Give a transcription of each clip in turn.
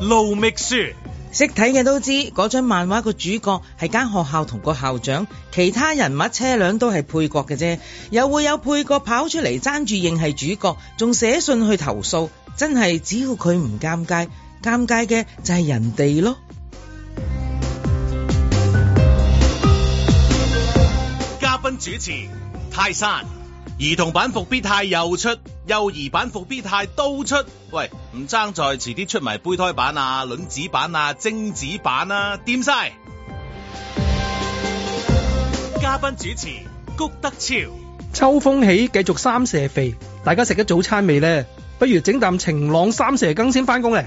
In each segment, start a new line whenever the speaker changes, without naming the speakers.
盧覓雪。
識睇嘅都知，嗰張漫畫個主角係間學校同個校長，其他人物車輛都係配角嘅啫，又會有配角跑出嚟爭住認係主角，仲寫信去投訴，真係只要佢唔尷尬，尷尬嘅就係人哋咯。
嘉賓主持泰山，兒童版伏必泰又出，幼兒版伏必泰都出。喂，唔爭在遲啲出埋胚胎版啊、卵子版啊、精子版啊，掂晒。嘉賓主持谷德超。
秋風起，繼續三蛇肥。大家食咗早餐未呢？不如整啖晴朗三蛇羹先返工咧。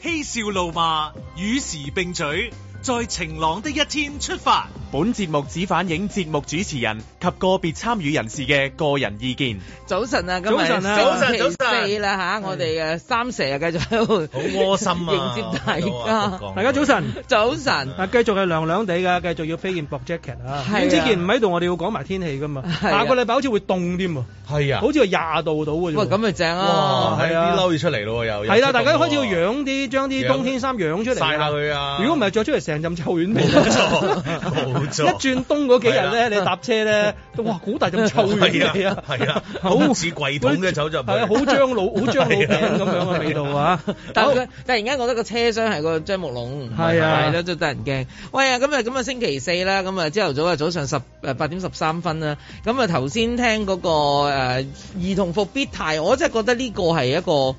嬉笑怒罵，與時並舉，在晴朗的一天出發。
本節目只反映節目主持人及個別參與人士嘅個人意見。
早晨啊，今日
早晨啊
星期
早晨早晨
四啦吓，我哋嘅三蛇又繼續喺度
好窩心啊！
迎接大
我都話
家。
講
大家早晨。
早晨，
啊，繼續係涼涼地㗎，繼續要披件薄 jacket 啊。
係啊
阮子健唔喺度，我哋要講埋天氣㗎嘛。
係啊
下個禮拜好似會凍添喎，
係啊，
好似係廿度到嘅
喂，咁
啫。
咪正
哇，
啊！
係
係啊
啲褸要出嚟咯，又
係啦，大家開始要
養
養啲，將啲冬天衫養出嚟。
曬下佢啊！
如果唔係着出嚟成陣臭丸味。
冇錯冇錯
一轉冬嗰幾日
係
咧，你搭車咧，都哇，好大陣臭丸味啊！
係啊係啊
好
好似櫃桶嘅走入去
係啊，好樟腦，好樟腦餅咁樣嘅味道 啊！
但
好
係佢突然間覺得個車廂係個張木籠，
係啊
係咯，都得人驚。喂啊，咁啊，咁啊，星期四啦，咁啊，朝頭早啊，早上十誒八點十三分啦。咁啊，頭先聽嗰個誒兒童復必泰，我真係覺得呢個係一個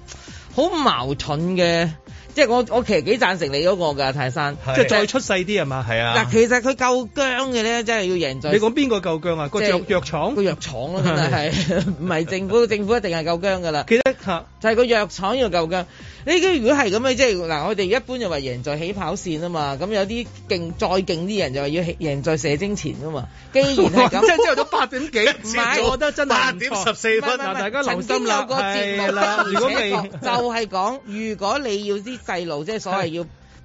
好矛盾嘅，即係我我其實幾贊成你嗰個㗎，泰山。
係
即係再出世啲係嘛？
啊係啊
嗱，，其實佢夠姜嘅咧，真係要贏在
你講邊個夠姜啊？個
即係
藥藥廠
個，藥廠咯，真係 係唔係政府？政府一定係夠姜㗎啦。
記得嚇。
就係個藥廠要夠姜。你如果係咁嘅，即係嗱，我哋一般就話贏在起跑線啊嘛。咁有啲勁再勁啲人就話要起贏在射精前啊嘛。既然 係咁，
即 係朝頭早八點幾，
唔係
我覺得真係
八
唔
點
錯
十四分
嗱
唔係唔係
大家留心
曾經
啦
有個節
係
目
啦
的
如果
而且
未
確就係講，如果你要啲細路，即係所謂要。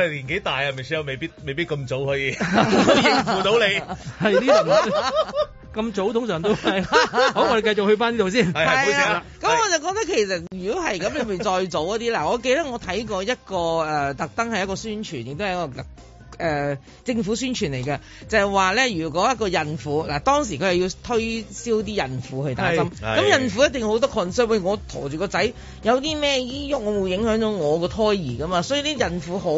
哋年紀大啊，Michelle 未必未必咁 早可以應付到你。
係呢度咁早通常都係。好，我哋繼續去翻呢度 先。
係係唔好意
係
思啊
啊，咁我就覺得其實如果係咁，你咪再早一啲。嗱， 我記得我睇過一個誒、呃特登係一個宣傳，亦都係一個特。誒、呃政府宣傳嚟嘅，就係話咧，如果一個孕婦嗱，當時佢係要推銷啲孕婦去打針，
係
咁
係
孕婦一定好多 concern，喂，我陀住個仔有啲咩醫喐，我會影響到我個胎兒噶嘛，所以啲孕婦好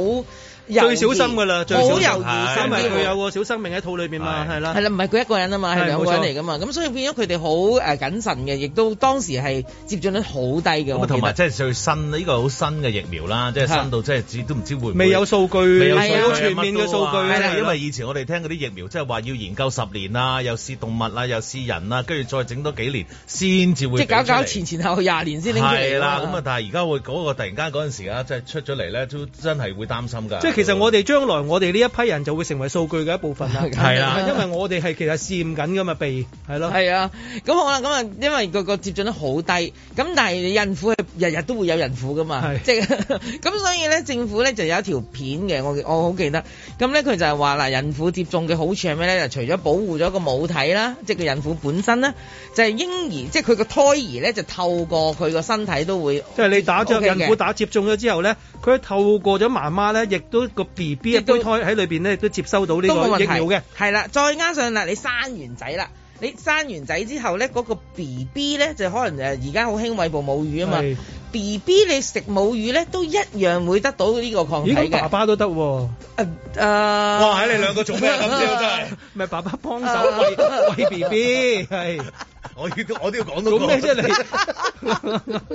猶
最
豫
小心㗎啦，最
好
小
猶
心
豫，
係
甚
因為
至乎
佢有個小生命喺肚裏邊嘛，
係
係啦
係。啦，唔係佢一個人啊嘛，係
係
兩個人
冇錯
嚟噶嘛，咁所以變咗佢哋好誒謹慎嘅，亦都當時係接種率好低嘅。
咁
我
啊，同埋
記
即係最新呢個好新嘅疫苗啦，即係新到即係自己都唔知會唔會
未有數據，
未有
係啊
數據
全面嘅數據，
係啦因為以前我哋聽嗰啲疫苗，即係話要研究十年啦，又試動物啦，又試人啦，跟住再整多幾年先至
得
會
即係搞搞
整出嚟
前前後後廿年先拎出嚟㗎
係啦，
嘛。
咁啊，但係而家會嗰個突然間嗰陣時啊，即係出咗嚟咧，都真係會擔心㗎。
即係其實我哋將來我哋呢一批人就會成為數據嘅一部分啦。
係啦
因為我哋係其實試驗緊㗎嘛，鼻係 咯。
係啊，咁好啦，咁啊，因為個個接種率好低，咁但係你孕婦係日日都會有孕婦噶嘛，
係
即係 咁，所以咧政府咧就有一條片嘅，我我好記得，咁咧佢就係話嗱，孕婦接種嘅好處係咩咧？就除咗保護咗個母體啦，即係個孕婦本身啦，就係、嬰兒，即係佢個胎兒咧就透過佢個身體都會，
即係你打咗
OK
孕
嘅
婦打接種咗之後咧，佢透過咗媽媽咧，亦都個 B B
亦
嘅
都
胚胎喺裏邊咧，亦都接收到呢
都冇問
個
題
疫苗嘅。
係啦，再加上啦，你生完仔啦。你生完仔之後咧，嗰、個 B B 咧就可能呃誒而家好興餵哺母乳啊嘛
係
，B B 你食母乳咧都一樣會得到呢個抗體
咦，咁
嘅。呃
爸爸都得喎，
誒誒
哇，你兩個做咩啊咁啫？真係，
咪爸爸幫手餵餵 B B 係。
我要我都要講到
做咩啫你？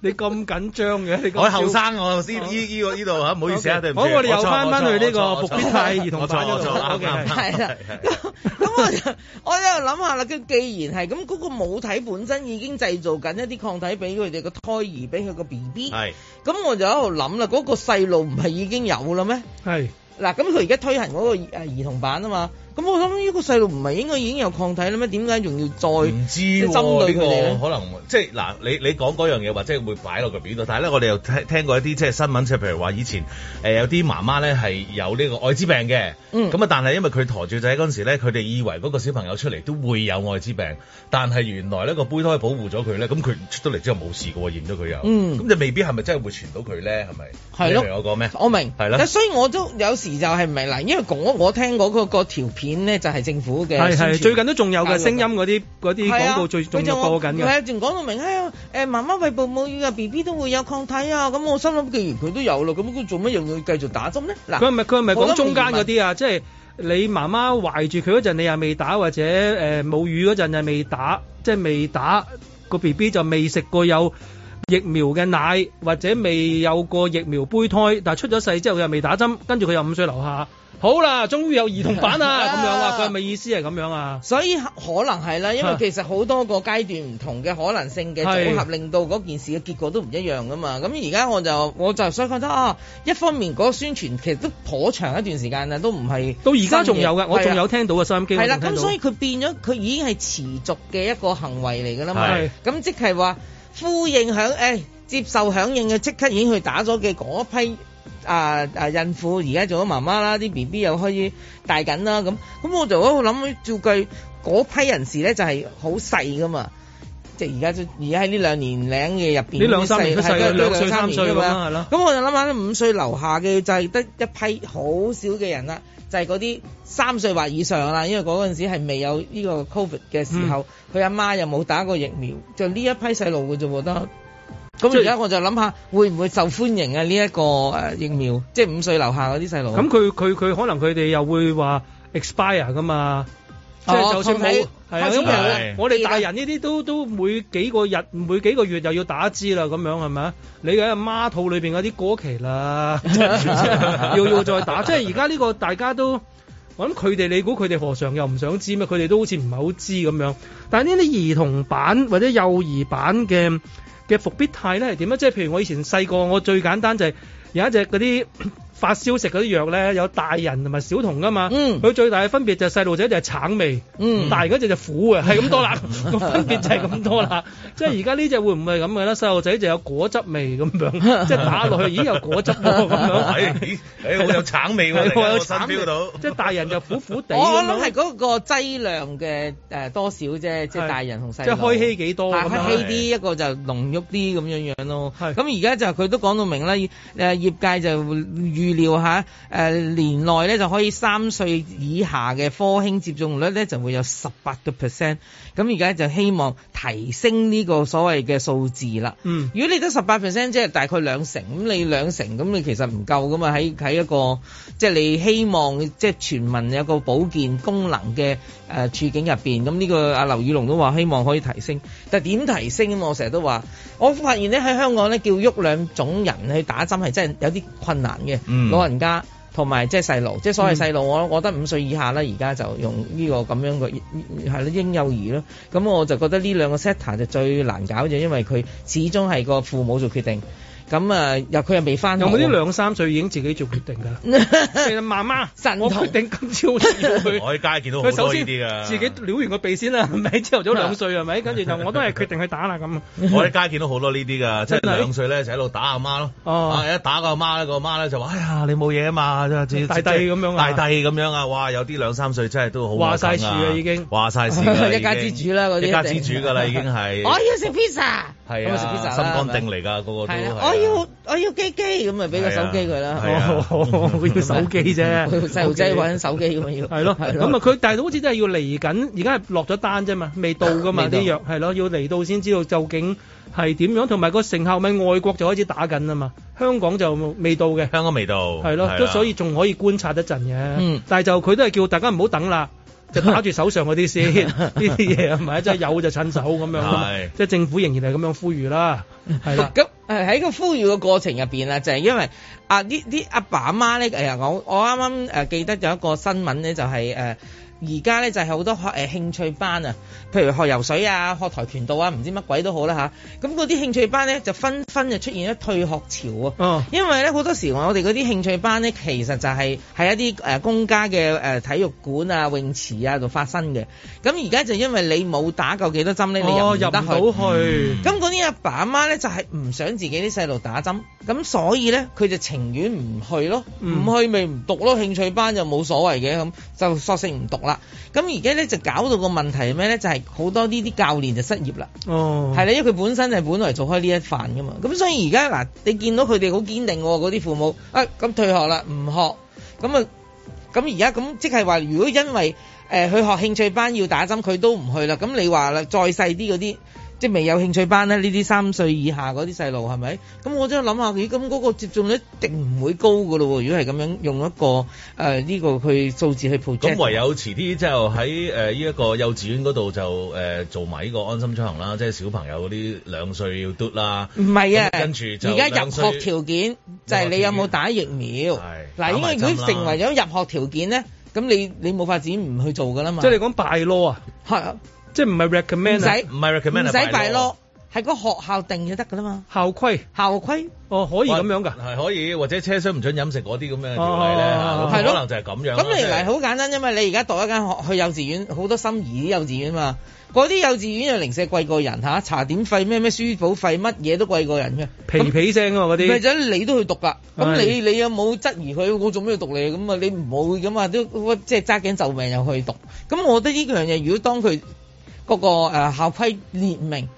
你咁緊張嘅，你咁
我後生我先
好
呢呢個呢度嚇，唔好意思啊，
OK，
對唔住。
好我哋又
錯
返返去呢個
我錯我錯
伏必泰兒童
我錯
版
我
嗰度
錯啱
OK，
啱啱
係啦，
係係
咁咁我就 我喺度諗下啦，佢既然係咁，嗰個母體本身已經製造緊一啲抗體俾佢哋個胎兒，俾佢個 B B，
係
咁我就喺度諗啦，嗰、個細路唔係已經有啦咩？
係
嗱，咁佢而家推行嗰個誒兒童版啊嘛，咁我諗呢個細路唔係應該已經有抗體啦咩？點解仲要再
唔知
嗯即係針
喎，
對
呢
佢哋咧
個可能即係嗱，你你講嗰樣嘢或者會擺落個表度，但係咧我哋又聽聽過一啲即係新聞，即係譬如話以前誒有啲媽媽咧係有呢個艾滋病嘅，
嗯
咁啊但係因為佢陀住仔嗰陣時咧，佢哋以為嗰個小朋友出嚟都會有艾滋病，但係原來呢個胚胎保護咗佢咧，咁佢出到嚟之後冇事嘅喎，驗咗佢有，
嗯
咁就未必係咪真係會傳到佢咧？係咪？
係咯
你明我講咩？
我明，
係啦
但所以我都有時就係唔係嗱，因為我我聽嗰、個、個條片咧就係政府嘅
係
宣
係，
傳
最近都仲有嘅聲音嗰啲嗰
係
啲廣
啊
告最仲
佢就
有播緊
係
嘅。
啊，仲講到明，哎呀，誒媽媽餵哺母乳啊，B B 都會有抗體啊，咁我心諗，既然佢都有啦，咁佢做乜又要繼續打針咧？
佢係
嗱，
咪佢係咪
我都
講
唔
中間
疑問
嗰啲啊？即係你媽媽懷住佢嗰陣，你又未打，或者誒、呃母乳嗰陣又未打，即係未打個 B B 就未食過有疫苗嘅奶，或者未有過疫苗胚胎，但係出咗世之後佢又未打針，跟住佢又五歲樓下，好啦，終於有兒童版啦咁樣啊！佢係咪意思係咁樣啊？
所以可能係啦，因為
嚇
其實好多個階段唔同嘅可能性嘅
係
組合，令到嗰件事嘅結果都唔一樣噶嘛。咁而家我就我就想覺得啊，一方面嗰個宣傳其實都頗長一段時間啦，都唔係啊
到而家仲有嘅，我
新
仲
嘢
有聽到嘅收音機，
係啦，咁
我仲聽到
所以佢變咗，佢已經係持續嘅一個行為嚟㗎啦嘛
係。
咁即係話呼應響，誒、接受響應嘅即刻已經去打咗嘅嗰批啊啊孕婦，而家做咗媽媽啦，啲 B B 又開始大緊啦，咁咁我就喺度諗，照計嗰批人士咧就係好細㗎嘛。即係而家都而家喺呢兩年齡嘅入邊，
呢兩三年都細
係
兩歲
兩
三歲
年
咁
㗎
啦
嘛
係咯
咁我就諗下咧，五歲樓下嘅就係得一批好少嘅人啦，就係嗰啲三歲或以上啦，因為嗰陣時係未有呢個 Covid 嘅時
嗯
候，佢阿、媽又冇打過疫苗，就呢一批細路嘅啫喎得。咁
即係
而家我就諗下，會唔會受歡迎啊？呢、一個誒疫苗，即係五歲樓下嗰啲細路。
咁佢佢佢可能佢哋又會話 expire 噶嘛，即係
哦
就算
抗體
冇係啊，
抗體
因
有啦
為我哋大人呢啲都都每幾個日每幾個月又要打支啦，咁樣係咪啊？你嘅媽肚裏邊嗰啲過期 啦，即係要要再打，即係而家呢個大家都。我諗佢哋，你估佢哋何嘗又唔想知咩？佢哋都好似唔係好知咁樣。但係呢啲兒童版或者幼兒版嘅嘅復必泰咧係點咧？即係譬如我以前細個，我最簡單就係有一隻嗰啲 發燒食嗰啲藥咧，有大人同埋小童噶嘛。
嗯
佢最大嘅分別就係細路仔就係橙味，
嗯
大人嗰只就苦嘅，係咁多 啦。 個分別就係咁多啦。即係而家呢只會唔會係咁嘅咧？細路仔就有果汁味咁 樣，即係打落去已經有果汁喎
誒
咁樣。
誒，哎好有橙
啊
味喎，
係 喎有
我身
橙味
feel 到。
即係大人就苦苦地
我我
咁
諗係
樣。
嗰個劑量嘅誒、多少啫，即係
係
大人同細
即
路。
係開稀幾多咁
係
樣
開稀啲，一個就濃郁啲咁樣樣咯。
係
咁而家就佢都講到明啦，誒業界就預料下誒、年內咧就可以三歲以下嘅科興接種率咧就會有十八個 percent。咁而家就希望提升呢個所謂嘅數字啦。
嗯
如果你得十八 percent，即係大概兩成，咁你兩成咁你其實唔夠噶嘛？喺喺一個即係你希望即係全民有個保健功能嘅誒、呃、處境入邊，咁呢個阿劉宇龍都話希望可以提升，但係點提升啊？我成日都話，我發現咧喺香港咧叫喐兩種人去打針係真係有啲困難嘅，
嗯
老人家。同埋即係細路，即係所謂
嗯
細路，我我覺得五歲以下啦，而家就用呢個咁樣嘅係咯嬰幼兒咯。咁我就覺得呢兩個 sector 就最難搞就因為佢始終係個父母做決定。咁啊，又佢又未翻
有冇啲兩三歲已經自己做決定㗎？
嗯
其實媽媽，
神
我
童
決定今朝要 去。
我喺街見到好
佢首
多呢
先
啲㗎。
自己撩完個鼻先啦，係 咪？朝頭早兩歲係咪？跟住就我都係決定去打啦咁。
我喺街見到好多呢啲㗎，即係
真係
兩歲咧就喺度打阿媽咯，
哦
啊一打個阿媽咧，個阿媽咧就話：哎呀，你冇嘢啊 嘛，大弟
大弟咁樣啊
大弟咁樣啊，哇！有啲兩三歲真係都好
話晒
事
事啊已經
話晒事 㗎啦
一家之主啦
已
嗰啲
經一家
一
之
定
主㗎啦，已經 係
我要食 pizza，
係
咁啊食 pizza
啊，
啦
心肝定嚟㗎，個個都
係
係
啦
啊，
我要我要機機咁啊，俾個手機佢啦。
係啊
哦我要手機啫，
細路仔玩手機咁要。
係咯，
係
咁啊佢，但係好似真係要嚟緊，而家係落咗單啫嘛，未到噶嘛
未到
啲藥，係咯，要嚟到先知道究竟係點樣，同埋個成效咪外國就開始打緊啊嘛，香港就未到嘅。
香港味道
係咯，都所以仲可以觀察一陣嘅。
啊嗯
但係就佢都係叫大家唔好等啦，就打住手上嗰啲先，呢啲嘢係咪？即係有就趁手咁樣
係，
即係政府仍然係咁樣呼籲啦，係啦。
咁誒喺個呼籲嘅過程入邊啊，就係、因為啊啲啲阿爸阿媽咧，誒我我啱啱誒記得有一個新聞咧，就係、誒。而家咧就係好多學誒興趣班啊，譬如學游水啊、學跆拳道啊，唔知乜鬼都好啦吓，咁嗰啲興趣班咧就紛紛就出現咗退學潮啊。
哦
因為咧好多時我哋嗰啲興趣班咧，其實就係喺一啲誒公家嘅誒體育館啊、泳池啊度發生嘅。咁而家就因為你冇打夠幾多針咧，你入
哦
唔
入
得去。嗯
唔到去，
咁嗰啲阿爸阿媽咧就係唔想自己啲細路打針，咁所以咧佢就情願唔去咯，唔、
嗯
去咪唔讀咯，興趣班就冇所謂嘅咁，就索性唔讀啦。咁而家咧就搞到個問題係咩咧？就係、好多呢啲教練就失業啦，
哦，
係啦、因為佢本身係本來做開呢一範噶嘛，咁所以而家嗱，你見到佢哋好堅定喎，嗰啲父母啊咁退學啦，唔學咁啊。咁而家咁即係話，如果因為誒佢、學興趣班要打針，佢都唔去啦。咁你話啦，再細啲嗰啲，即係未有興趣班咧，呢啲三歲以下嗰啲細路係咪？咁我真係諗下，咦，咁嗰個接種率一定唔會高噶咯喎。如果係咁樣用一個誒呃呢、個去數字去 project，
咁唯有遲啲之後喺誒呢一個幼稚園嗰度就誒、呃做埋呢個安心出行啦，即係小朋友嗰啲兩歲要嘟啦，
唔係啊，
咁跟住就
而家入
兩歲
學條件就係你有冇打疫苗
係。
嗱，因
打埋
為如
針
果
啦
成為咗入學條件咧，咁你你冇法子唔去做噶啦嘛。
即係你講 by law 啊，
係啊
即係唔係
唔
recommend 啊
使
唔係 recommend 啊
唔使
拜
敗
咯
咯，係個學校定就得噶啦嘛。
校規？
校規
哦，可以咁樣㗎。
係可以，或者車廂唔準飲食嗰啲咁樣嘅條例咧，
哦
嚇
係
咁
咯
可能就係咁樣啦。
咁你嚟好簡單啫嘛，你而家讀一間學去幼稚園，好多心儀啲幼稚園嘛，嗰啲幼稚園又零舍貴過人嚇，茶點費咩咩書簿費乜嘢都貴過人嘅，
皮皮聲啊嘛嗰
咁咪
啲，
就你都去讀啦。咁
係
你你有冇質疑佢？我做咩要讀你咁啊？你唔會咁啊，都即係揸頸就命又去讀。咁我覺得呢樣嘢，如果當佢嗰個誒校規列明。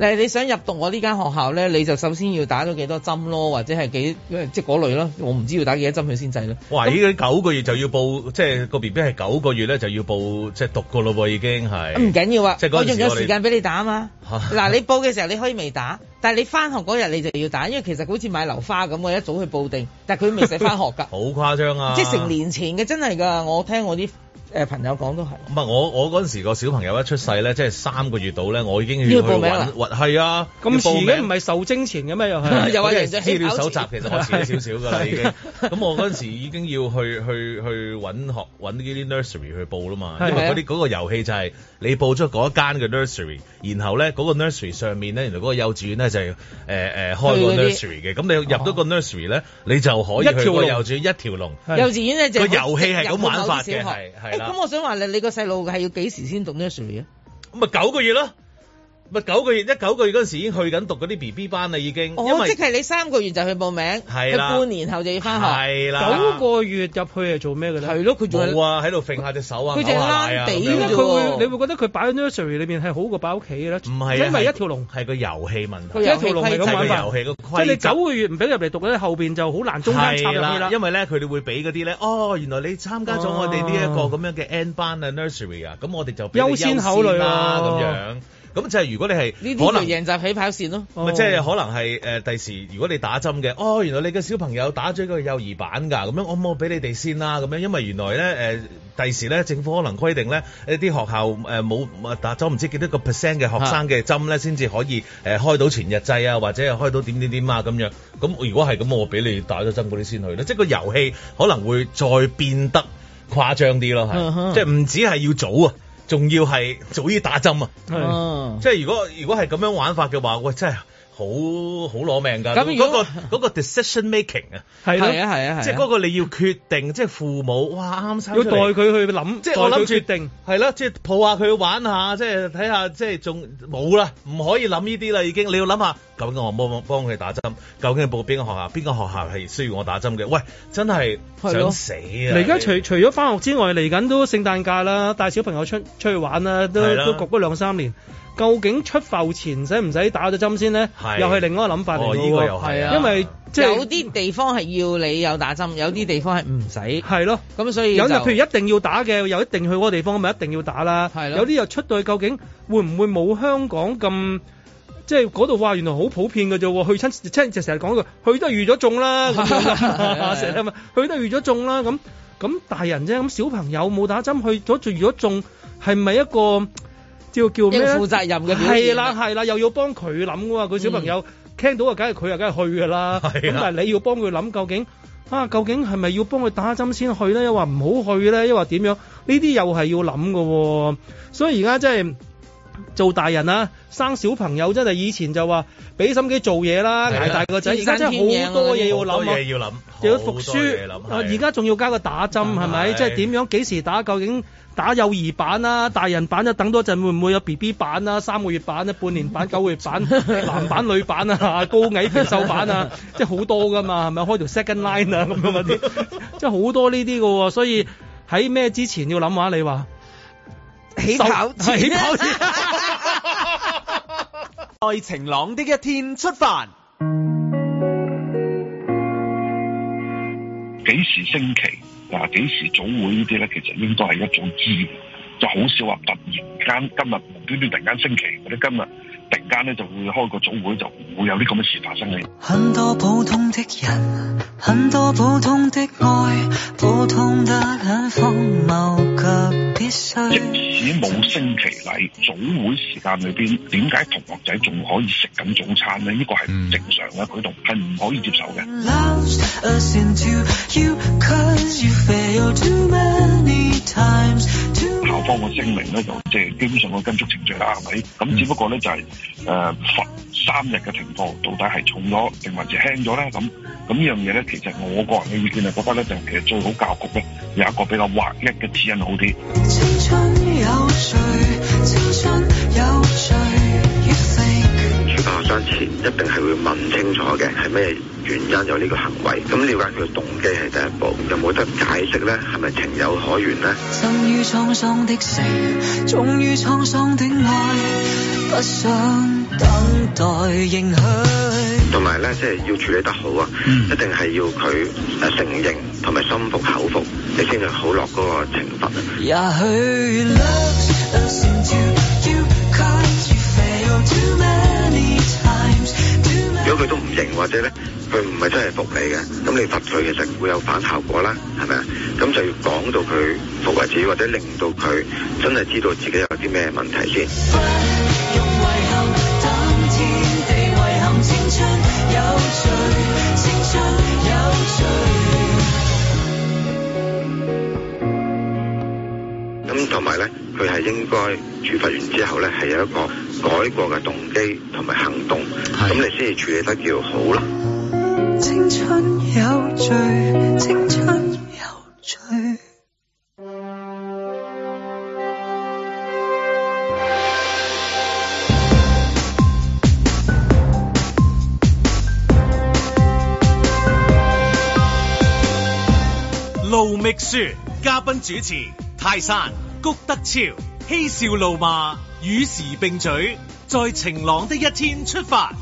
嗱，你想入讀我呢間學校咧，你就首先要打咗幾多針咯，或者係幾即係嗰類咯，我唔知要打幾多針佢先制咯。
哇！依家九個月就要報，即係個 B B 係九個月咧就要報，即係讀個咯喎，已經係。
唔緊要啊
即係，嗰陣
我仲
時
有
我哋
時間俾你打啊嘛。
嚇
嗱，你報嘅時候你可以未打，但係你翻學嗰日你就要打，因為其實好似買樓花咁，我一早去報定，但係佢未使翻學
，
㗎
好誇張啊！
即係成。年前嘅真係㗎。我聽我啲誒朋友講都係。
唔係我我嗰陣時個小朋友一出世咧，即係三個月到咧，我已經
要
去
報名啦
揾，係啊，
咁遲嘅唔
係。
係受精前嘅咩又
嗰 啲
係？
又話
係
啊人哋起
資料
跑
搜集
前，
其實我遲咗少少㗎 啦，已經。咁我嗰陣時已經要去去去揾學揾呢啲 nursery 去報啦嘛，
係
因為嗰
係啊
啲嗰個遊戲就係你報咗嗰一間嘅 nursery，然後咧嗰個 nursery 上面咧，原來嗰個幼稚園咧就係誒誒開
去嗰
個
啲哦
nursery 嘅，咁你入到個 nursery 咧，你就可以
一
去
條
個
龍
幼稚園一條龍。
係
幼稚園咧就
個遊戲係咁
入去
玩法
某啲
嘅
小
係
學哦
係啦
誒咁我想話你，你個細路係要幾時先讀 nursery 啊？
咁咪九個月咯，咪九個月一九個月嗰陣時已經去緊讀嗰啲 B B 班啦，已經。因
哦，
為
即係啊你三個月就去報名，
係
佢
啦
半年後就要翻學，
係啦，
九個月入去係做咩嘅咧？
係咯，佢仲係
冇啊，喺度揈下隻手啊，
佢
扭
淨係
下奶啊
躝地
咁
點
樣
解
啫
佢會？你會覺得佢擺喺 nursery 裏面係好過擺喺屋企嘅咧？
唔係啊，
因為一條龍，
係個遊戲問題
佢，
一條龍係
就
咁
係
玩
個
法
遊。戲個
即係你
規
九
則。
個月唔俾入嚟讀咧，後邊就好難中間插入去
係
啦。
因為咧佢哋會俾嗰啲咧，哦，原來你參加咗我哋呢一
哦
個咁樣嘅 N 班啊 nursery 啊，咁我哋就俾你
優先考慮啊
啦咁樣。咁就係如果你係
呢啲
可
就
能
贏集起跑線咯。
哦
咪即係可能係誒第時，如果你打針嘅，哦，原來你嘅小朋友打咗個幼兒版㗎，咁樣我冇俾你哋先啦，咁樣，因為原來咧誒第時咧政府可能規定咧，一啲學校呃誒冇冇打咗唔知幾多個 percent 嘅學生嘅針咧，先至可以誒、呃、開到全日制啊，或者係開到點點點啊咁樣。咁如果係咁，我俾你打咗針嗰啲先去啦，即係個遊戲可能會再變得誇張啲咯，係、
嗯哼
即係唔止係要早啊，仲要係早啲打針啊。
係
嗯
即係如果如果係咁樣玩法嘅話，喂，真係好好攞命㗎。
咁
咁
如
嗰、
果
個嗰、個 decision making 啊，
係
係咯，
啊係啊係。
即係嗰個你要決定，即係父母哇啱生
要
出
代
嚟
佢去諗，
即係我
代佢
諗住
決定。
係啦，即係抱下佢玩下，即係睇下，即係仲冇啦，唔可以諗呢啲啦，已經你要諗下，究竟我幫幫幫佢打針，究竟報邊個學校，邊個學校係需要我打針嘅？喂，真係
係咯
想死啊！
嚟而家除除咗翻學之外，嚟緊都聖誕假啦，帶小朋友出出去玩啦，都
係啦
都焗咗兩三年。究竟出埠前使唔使打咗針先咧？
係
又係另外一個諗法嚟
哦，
嘅
依、個又
喎。
係啊，
因為即係
有啲地方係要你有打針，有啲地方係唔
嗯
使。
係咯。
咁所以
有
就
就譬如一定要打嘅，又一定去嗰個地方，咪一定要打啦。
係咯
有啲又出到去，究竟會唔會冇香港咁？即係嗰度話原來好普遍嘅啫喎，去親 即係成日講一句，去都係預咗中啦，咁樣
係啊係啊
成日咪去都係預咗中啦咁。咁大人啫，咁小朋友冇打針去咗，如果中係咪一個叫叫咩
一
咧
個負責任嘅表現啊嗯
係啦係啦，又要幫佢諗㗎嘛，佢小朋友聽到啊，梗係佢啊，梗係去㗎啦。
係
咁
啊
但係你要幫佢諗究竟。啊，究竟係咪要幫佢打針先去咧？又話唔好去咧？又話點樣？呢啲又係要諗㗎喎。所以而家真係做大人啊，生小朋友真係以前就話俾心機做嘢啦，
係啊
捱大個仔，而
天
家
生
真係好多嘢要
好多
諗啊
嘢。要諗，
又要
好
讀
多
書，
嘢諗
啊
係
而家仲要加個打針係咪？
係
即係點樣幾時打？究竟打幼兒版啊、大人版啊，等多陣會唔會有 B B 版啊、三個月版啊、半 年版、九個月版、男版、女版啊、高矮肥瘦版啊，即係好多噶嘛，係咪？開條 second line 啊咁樣嗰啲， 即係好多呢啲嘅喎，所以喺咩之前要諗下你話？
起跑
瘦係起
前
跑前
在晴朗的一天出發。
幾時升旗嗱，幾時早會呢啲咧，其實應該係一早知嘅，就好少話突然間今日無端端突然間升旗，或者今日突然間咧就會開個早會，就唔會有啲咁嘅事發生嘅。
很多普通的人，很多普通的愛，普通得很荒謬，卻必
即
須。
使冇升旗禮，早會時間裏邊點解同學仔仲可以食緊早餐咧？呢個係唔正常嘅舉動，係唔可以接受嘅。
Loves us into you, cause you fail too many times. Too
校方嘅聲明咧就即係基本上個跟足程序啦，係咪？
嗯
咁只不過咧就係、誒、罰三日嘅停課，到底係重咗定還是輕咗咧？咁咁呢樣嘢咧，其實我個人嘅意見係覺得咧，就其實最好教育局咧有一個比較劃一嘅指引好啲。
青春有罪，青春有罪，you think。
主辦商前一定係會問清楚嘅，係咩原因有呢個行為？咁了解佢嘅動機係第一步，有冇得解釋呢？係咪情有可原呢？
生於滄桑的城，終於滄桑的愛，不想等待認許。
同埋呢，即係要處理得好啊，一定係要佢誒承認同埋心服口服，你先至好落嗰個懲罰啊。
也許 love's us into you, cause you fail Oh, too many times. Too many
如果佢都唔認或者咧，佢唔係真係服你嘅，咁你罰佢其實會有反效果啦，係咪啊？咁就要講到佢服為止，或者令到佢真係知道自己有啲咩問題先。
不用遺憾，等天地遺憾，青春有罪，青春有罪。
咁同埋咧，佢係應該處罰完之後咧，係有一個改過嘅動機同埋行動，咁你先至處理得叫好啦。
青春有罪，青春有罪。
路觅雪，嘉賓主持泰山、谷德超，嬉笑怒罵，與時並舉，在晴朗的一天出發。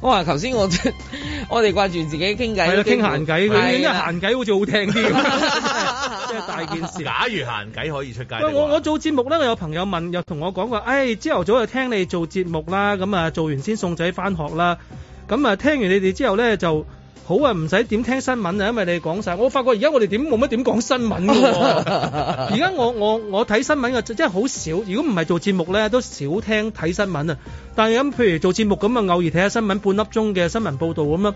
我話頭先我 我哋掛住自己傾偈，
係啦，啊傾
啊
閒偈，佢因為
係啦
閒偈好似好聽 啲
啊
咁，即係大件事。
假如閒偈可以出街
喂，我我做節目咧，我有朋友問，又同我講過，誒朝頭早就聽你做節目啦，咁啊做完先送仔翻學啦，咁啊聽完你哋之後咧就好啊，唔使點聽新聞啊，因為你講晒。我發覺而家我哋點冇乜點講新聞嘅 喎。
啊
而家我我我睇新聞嘅真係好少，如果唔係做節目咧，都少聽睇新聞啊。但係咁譬如做節目咁啊，偶爾睇下新聞半粒鐘嘅新聞報導咁樣，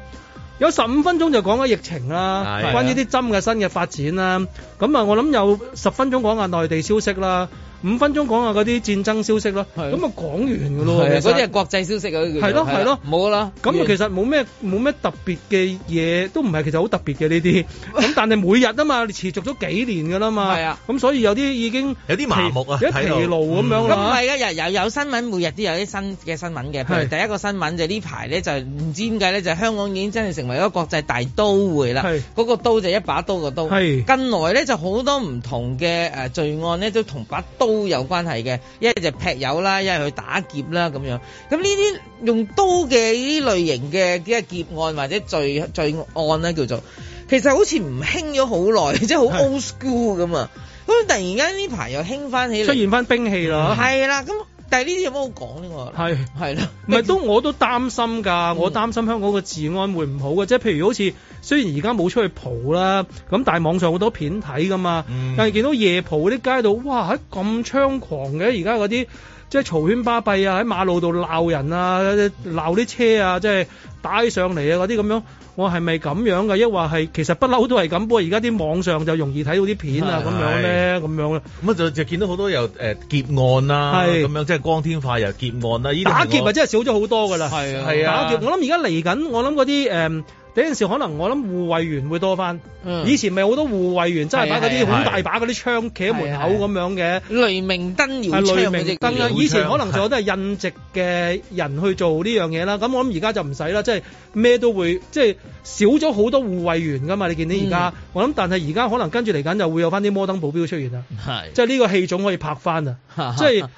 有十五分鐘就講緊疫情啦，
啊
係
關於啲針嘅新嘅發展啦。咁啊，我諗有十分鐘講下內地消息啦，五分鐘講下嗰啲戰爭消息啦。
係
咁啊講完㗎咯
係啊
喎，其
嗰
實
啲係國際消息嗰啲叫做
係咯係咯
啦冇啦。
咁啊，
完
其實冇咩冇咩特別嘅嘢，都唔係其實好特別嘅呢 啲。咁但係每日啊嘛，你持續咗幾年㗎啦嘛。
係啊
咁所以有啲已經
有啲麻木啊
疲有啲
睇到
疲勞咁樣
咁唔
啦。
係嘅，又又有新聞，每日都有啲新嘅新聞嘅。譬如
係
第一個新聞就呢排咧，就唔知點解咧，就香港已經真係成為一個國際大都會啦
係。
嗰個刀就一把刀個刀。
係
近來咧就好多唔同嘅誒罪案咧，都同把刀有關係嘅。一係就劈友啦，一係去打劫啦咁樣。咁呢啲用刀嘅呢類型嘅嘅劫案或者罪罪案咧叫做，其實好似唔興咗好耐，即係好
係
嗯
old school 咁啊。咁突然間呢排又興翻起嚟。
出現翻兵器啦。
係啦，咁但係呢啲有乜好講呢？我
係
係啦，
唔係都我都擔心㗎，我擔心香港個治安會唔好嘅，即係譬如好似雖然而家冇出去蒲啦，咁但係網上好多片睇㗎嘛，
嗯
但係見到夜蒲嗰啲街道，哇咁猖狂嘅，而家嗰啲即係嘈喧巴閉啊，喺馬路度鬧人啊，鬧啲車啊，即係打起上嚟啊嗰啲咁樣，我係咪咁樣㗎？抑或係其實不嬲都係咁，不過而家啲網上就容易睇到啲片啊咁樣咧，咁樣咧。
咁啊就就見到好多又誒、呃劫案啦，
係
咁樣即係光天化日劫案啦，呢啲係
打劫
我
啊，真係少咗好多㗎啦。係
啊係啊
打劫。我諗而家嚟緊，我諗嗰啲誒。第一件事可能我諗護衛員會多翻，
嗯
以前咪好多護衛員真係擺嗰
係係
啲好大把嗰啲槍企喺門口咁樣嘅，
雷明燈搖
係
槍
雷
嗰
明
隻
燈啦。
搖槍
以前可能就有都係印籍嘅人去做呢樣嘢啦。咁我諗而家就唔使啦，即係咩都會即係少咗好多護衛員㗎嘛。你見到而家，我諗但係而家可能跟住嚟緊就會有翻啲摩登保鏢出現啦。
係
即係呢個戲種可以拍翻啊！即係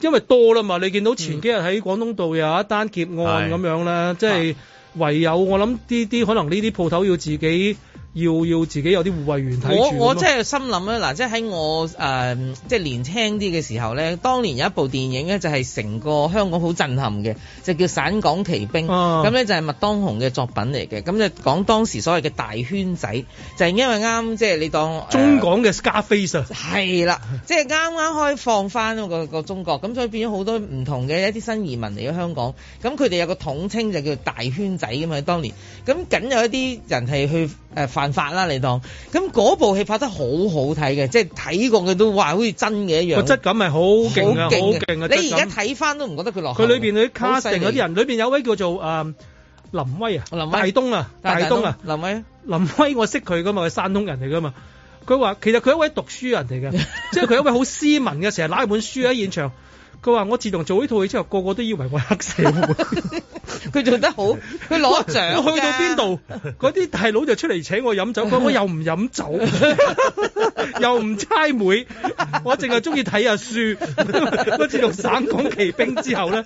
因為多啦嘛，你見到前幾日喺廣東道又有一單劫案
係
咁
嗯
樣啦，即係唯有我諗呢啲可能呢啲鋪頭要自己要要自己有啲護衛員睇
我
住。啊
我
係
真係心諗咧，嗱，即係喺我誒、呃即係年輕啲嘅時候咧，當年有一部電影咧，就係成個香港好震撼嘅，就叫《省港奇兵》。
啊
咁咧、就係麥當雄嘅作品嚟嘅，咁就講當時所謂嘅大圈仔，就係、因為啱即係你當呃
中港嘅 Scarface 啊，
係啦，即係啱啱開放翻個個中國，咁所以變咗好多唔同嘅一啲新移民嚟咗香港，咁佢哋有個統稱就叫大圈仔咁嘛，當年咁梗有一啲人係去誒、呃犯法啦，你當咁嗰部戲拍得好好睇嘅，即係睇過佢都話好似真嘅一
個
樣，
質感係好勁啊，好勁啊！
嘅啊你而家
質感
睇翻都唔覺得佢落後
佢裏邊嗰啲
好犀
casting
利哦
嗰啲人，裏邊有位叫做誒林威啊，
林威
大東啊，大東啊。
林威
林威我識佢噶嘛，佢山東人嚟噶嘛。佢話其實佢一位讀書人嚟嘅，即係佢一位好斯文嘅，成日揦本啊書喺現場。佢話我自從做呢套戲之後，個個都以為我係黑社會。
佢做得好，佢攞 獎㗎
我去到邊？度，嗰啲大佬就出嚟請我飲酒，佢話我又唔飲酒， 又唔猜妹，我淨係中意睇下書。我自從省港奇兵之後咧，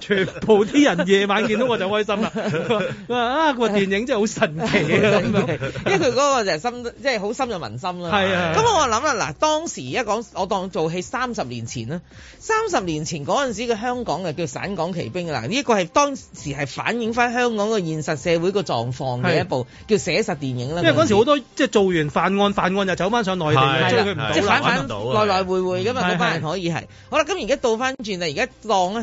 全部啲人夜晚見到我就開心啦。佢話佢話啊，個電影真係好神 奇啊！咁樣
因為佢嗰個就係深， 即係好深入民心啦。
係啊
咁我諗啦，嗱，當時而家講，我當做戲三十年前啦，三十年前嗰陣時嘅香港嘅叫省港奇兵啦，呢個係當時係反映翻香港嘅現實社會個狀況嘅
係
一部叫寫實電影啦。
因為嗰時好
多
多即係做完犯案，犯案就走翻上內地，
係
追佢唔到
即係
啦
反。
玩
反
得到啊
來來回回噶嘛，
係
嗰班人可以係。好啦，咁而家倒翻轉啦，而家當啦，二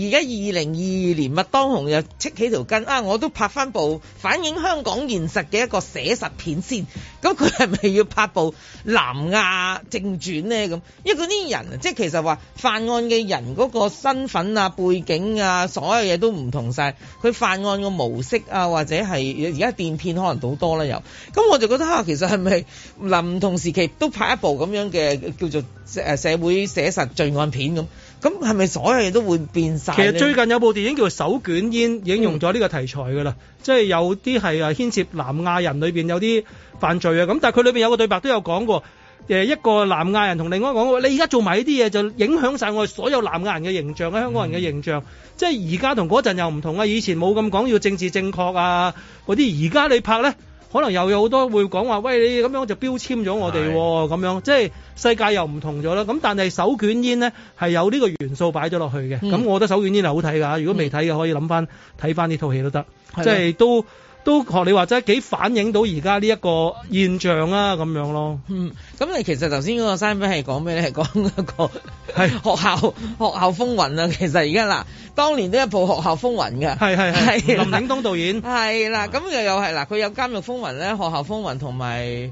而家二零二二年麥當雄又戚起條筋啊，我都拍翻部反映香港現實嘅一個寫實片先。咁佢係咪要拍部南亞正傳呢？咁因為嗰啲人啊即係其實話犯案嘅人嗰個身份啊、背景啊，所有嘢都唔同晒。佢犯案嘅模式啊，或者係而家電騙可能都好多啦又。咁我就覺得啊，其實係咪嗱唔同時期都拍一部咁樣嘅叫做誒社會寫實罪案片咁？咁係咪所有嘢都會變晒呢？
其實最近有部電影叫《手捲煙》，已經用咗呢個題材㗎啦，即係有啲係啊牽涉南亞人裏邊有啲犯罪啊，咁但係佢裏邊有個對白都有講過，誒一個南亞人同另外一個講過，你而家做埋呢啲嘢就影響晒我哋所有南亞人嘅形象，香港人嘅形象，即係而家同嗰陣又唔同啊，以前冇咁講要政治正確啊嗰啲，而家你拍呢，可能又有好多會講話，喂你咁樣就標籤咗我哋喎，哦咁樣即係世界又唔同咗啦。咁但係手捲煙呢，係有呢個元素擺咗落去嘅，
嗯
咁、我覺得手捲煙係好睇㗎。如果未睇嘅可以諗翻睇翻呢套戲都得，
係
即係都都學你話齋幾反映到而家呢一個現象啊咁樣咯。
嗯，咁你其實頭先嗰個山品係講咩咧？係講一個
係
學校學校風雲啊！其實而家嗱，當年都有一部學校風雲嘅，
係係 係，
係啦啊
林嶺東導演
係啦，咁又又係嗱，佢有監獄風雲咧，學校風雲同埋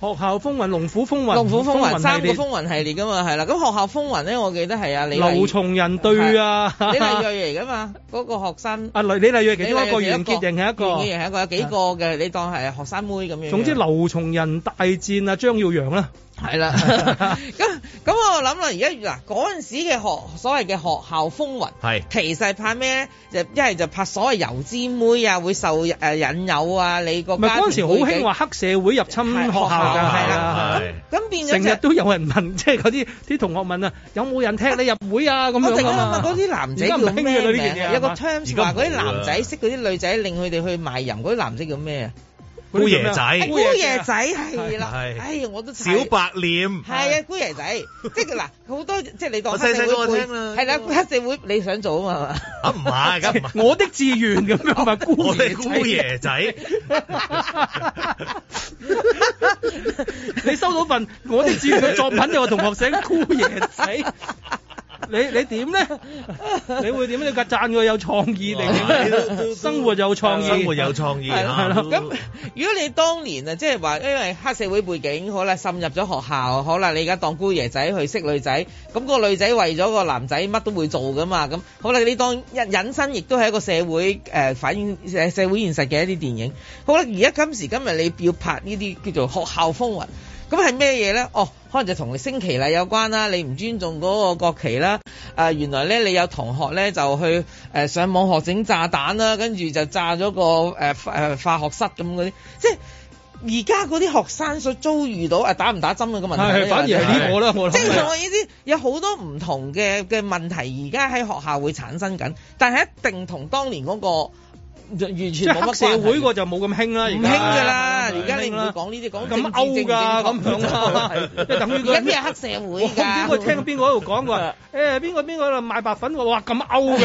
學校風雲、龍虎風雲、
龍虎風雲三個
系列
風雲系列噶嘛，係啦。咁學校風雲咧，我記得係啊，李
劉
麗
松仁對啊，
李麗蕊嚟噶嘛，嗰個學生。
啊李李麗蕊其中一個，
李麗蕊
袁潔瑩係一
袁潔瑩
個。
係一個，有幾個嘅，你當係學生妹咁樣樣。
總之劉松仁大戰啊張耀揚啦，
係 啦，咁咁我諗啦，而家嗱嗰陣時嘅學所謂嘅學校風雲，
係
其實係拍咩咧？就一係就拍所謂油脂妹啊，會受誒、呃引誘啊，你個
唔係
家
嗰陣時好
庭背
興
景
話黑社會入侵
係
學
學校係
校㗎，係
啦
啊。
係
咁變
成
咗
日
就
都有人問， 即係嗰啲啲同學問啊，有冇人踢你入會啊？咁
我
樣
突然間諗
啊
下
嘛
嗰啲男仔
而家
叫
唔興
咩
㗎啦呢
名
件
啊？
嘢
有個
係嘛
terms
而家
話
唔
嗰啲
會啦
男仔識嗰啲女仔，令佢哋去賣淫，嗰啲男仔叫咩啊？
嗰啲
姑
叫
爺
咩啊
仔
姑爺仔係啦，
係
哎我都
小白臉，
係啊，姑爺仔，即係嗱好多即係你當
我
黑
細
社
細
會
個
背
聽啦
係啦，黑社會你想做啊嘛係
啊唔
嘛？
係，而家唔係，
我的志願咁 樣咪姑
我哋
爺
姑
仔
爺仔，
你收到份我的志願嘅作品，你話同學寫姑爺仔，你你點咧？你會點咧？你讚佢有創意定
哇你 都
點
都
咧？生活有創意，
生活有創意
係啦
嚇，都
咁如果你當年啊，即係話因為黑社會背景，好啦，滲入咗學校，好啦，你而家當姑爺仔去識女仔，咁、個女仔為咗個男仔乜都會做噶嘛，咁好啦，你當一引申亦都係一個社會誒、呃反映社社會現實嘅一啲電影。好啦，而家今時今日你要拍呢啲叫做學校風雲。咁係咩嘢咧？哦，可能就同你升旗禮有關啦，你唔尊重嗰個國旗啦。啊、原來咧你有同學咧就去誒、呃上網學整炸彈啦，跟住就炸咗個誒誒、呃化學室咁嗰啲，即係而家嗰啲學生所遭遇到啊打唔打針嘅問題
係
呢
反而係呢個啦，我
即係
諗。
我意思，有好多唔同嘅嘅問題，而家喺學校會產生緊，但係一定同當年嗰、個完
即
全
係
冇乜
黑社會
關係
個就冇咁興啦，而家
唔興㗎啦，
係
而家你唔會
興啦
講呢啲講政
咁
治
勾
正唔正
㗎，咁
確
樣啦，係即係等於
而家
佢
邊係黑社會
我唔知
㗎？
我聽到邊個喺度講佢話， 誒邊個邊個喺度賣白粉，我話咁歐 㗎，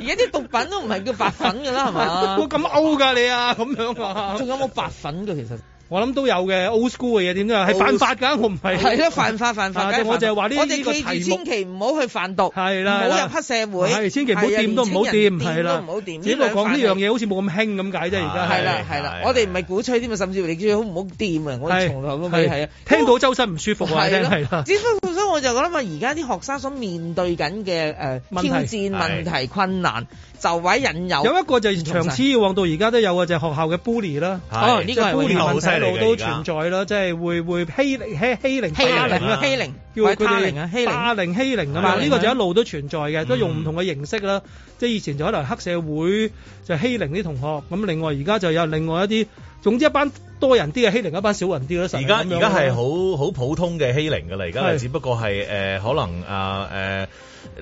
而家啲毒品都唔係叫白粉㗎啦，係
我
嘛？
咁歐㗎你啊，咁樣啊
仲，有冇白粉㗎？其實
我諗都有嘅，old school 嘅嘢點解係犯法㗎，我唔係
係咯，犯法犯法
啊
梗係犯法。
我就係話呢
我
呢
哋
個
記住
題目
千祈唔好去販毒，
係
唔
啦，係
好
啦
入黑社會，
係千祈唔好
係啊
掂都唔好
年青人
掂，係
掂
啦
都唔好掂。
只不過講呢樣
嘢。
嘢好似冇咁興咁解啫，而家
係啦
係
係啦
係，
我哋唔係鼓吹添啊，甚至乎你叫佢好唔好掂啊！我哋從頭到尾係啊，
聽到周身唔舒服啊，
係
真
咯
係 啦。
只不過所以我就覺得嘛，而家啲學生所面對緊嘅誒
問題
挑戰問題困難，就位引誘。
有一個就係長此以往到而家都有嘅就係學校嘅 bully 啦，
係
哦呢個係永
bully
遠
問
好犀
題
利嘅
一路都存在啦，即係會會欺凌欺欺凌
欺
霸
凌
凌
啊
啦，
欺凌，
叫
或
佢
者霸凌
哋
啊欺凌。
霸凌欺凌咁
霸
樣，
凌啊
呢個就一路都存在嘅，都用唔同嘅形式啦。即係以前就可能黑社會就欺凌啲同學，咁另外而家就有另外一啲，總之一班多人啲嘅欺凌一班少人啲嘅。
而家而家係
好
好好普通嘅欺凌㗎啦，而家
係
係只不過係誒、呃可能啊誒、呃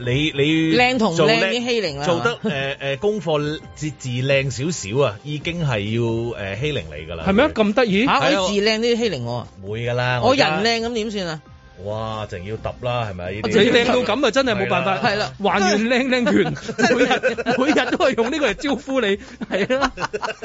你你
靚同唔
做
靚已經欺凌啦
做
係
得
嘛
誒誒、呃功課節字靚少少啊，已經係要誒、呃欺凌你㗎啦。
係咪啊咁得意？
嚇，我
係
啲
啊
字靚都要欺凌我啊！
會㗎啦，
我
而
人
家
靚咁點算啊？
哇，淨要揼啦，係咪？呢
你
啲
靚到咁啊，真係冇辦法，
係啦
還原靚靚拳，每日每日都係用呢個嚟招呼你，係啦，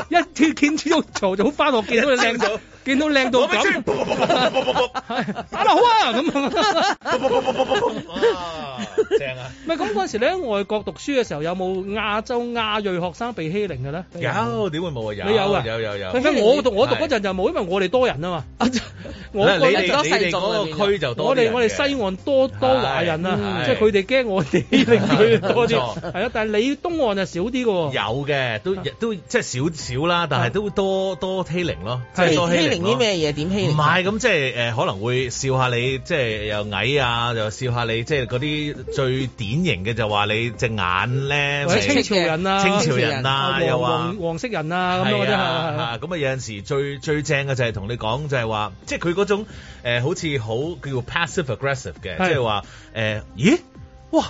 一天見朝早早翻學見到你靚到，見到靚到
我咪出
咁，係 打得好啊咁。
哇，正 啊！
唔係咁嗰陣時咧，外國讀書嘅時候有冇亞洲亞裔學生被欺凌嘅咧？
有點會冇啊？有
你有啊
有有有。
因為我讀我讀嗰陣就冇，因為我哋多人啊嘛。 我
嗱
個
你
人
哋
多
你
細
哋
眾啊
嗰個區就多
我
啲
哋
人
我哋
嘅
西岸多多華人啊，
係
即係佢哋驚我哋 欺凌佢多啲，
冇錯
係啊。但係你東岸就少啲嘅喎。
有嘅，都都即係少少啦，但係都多多欺凌咯，即係
欺
多
欺凌
凌
啲
咯
咩嘢？啊點欺凌？
唔係咁，即係誒、呃可能會笑下你，即係又矮啊，又笑下你，即係嗰啲最典型嘅就話你隻眼咧，
或者
咪
清朝人啊，
清朝人啊，又話
黃。黃色人啊咁樣嗰
係
啲
啊，
係係
啊咁啊有陣時最最正嘅就係同你講就係話，即係佢嗰種、呃、好似好叫做 passive aggressive 嘅，
係
即係話誒，咦，哇，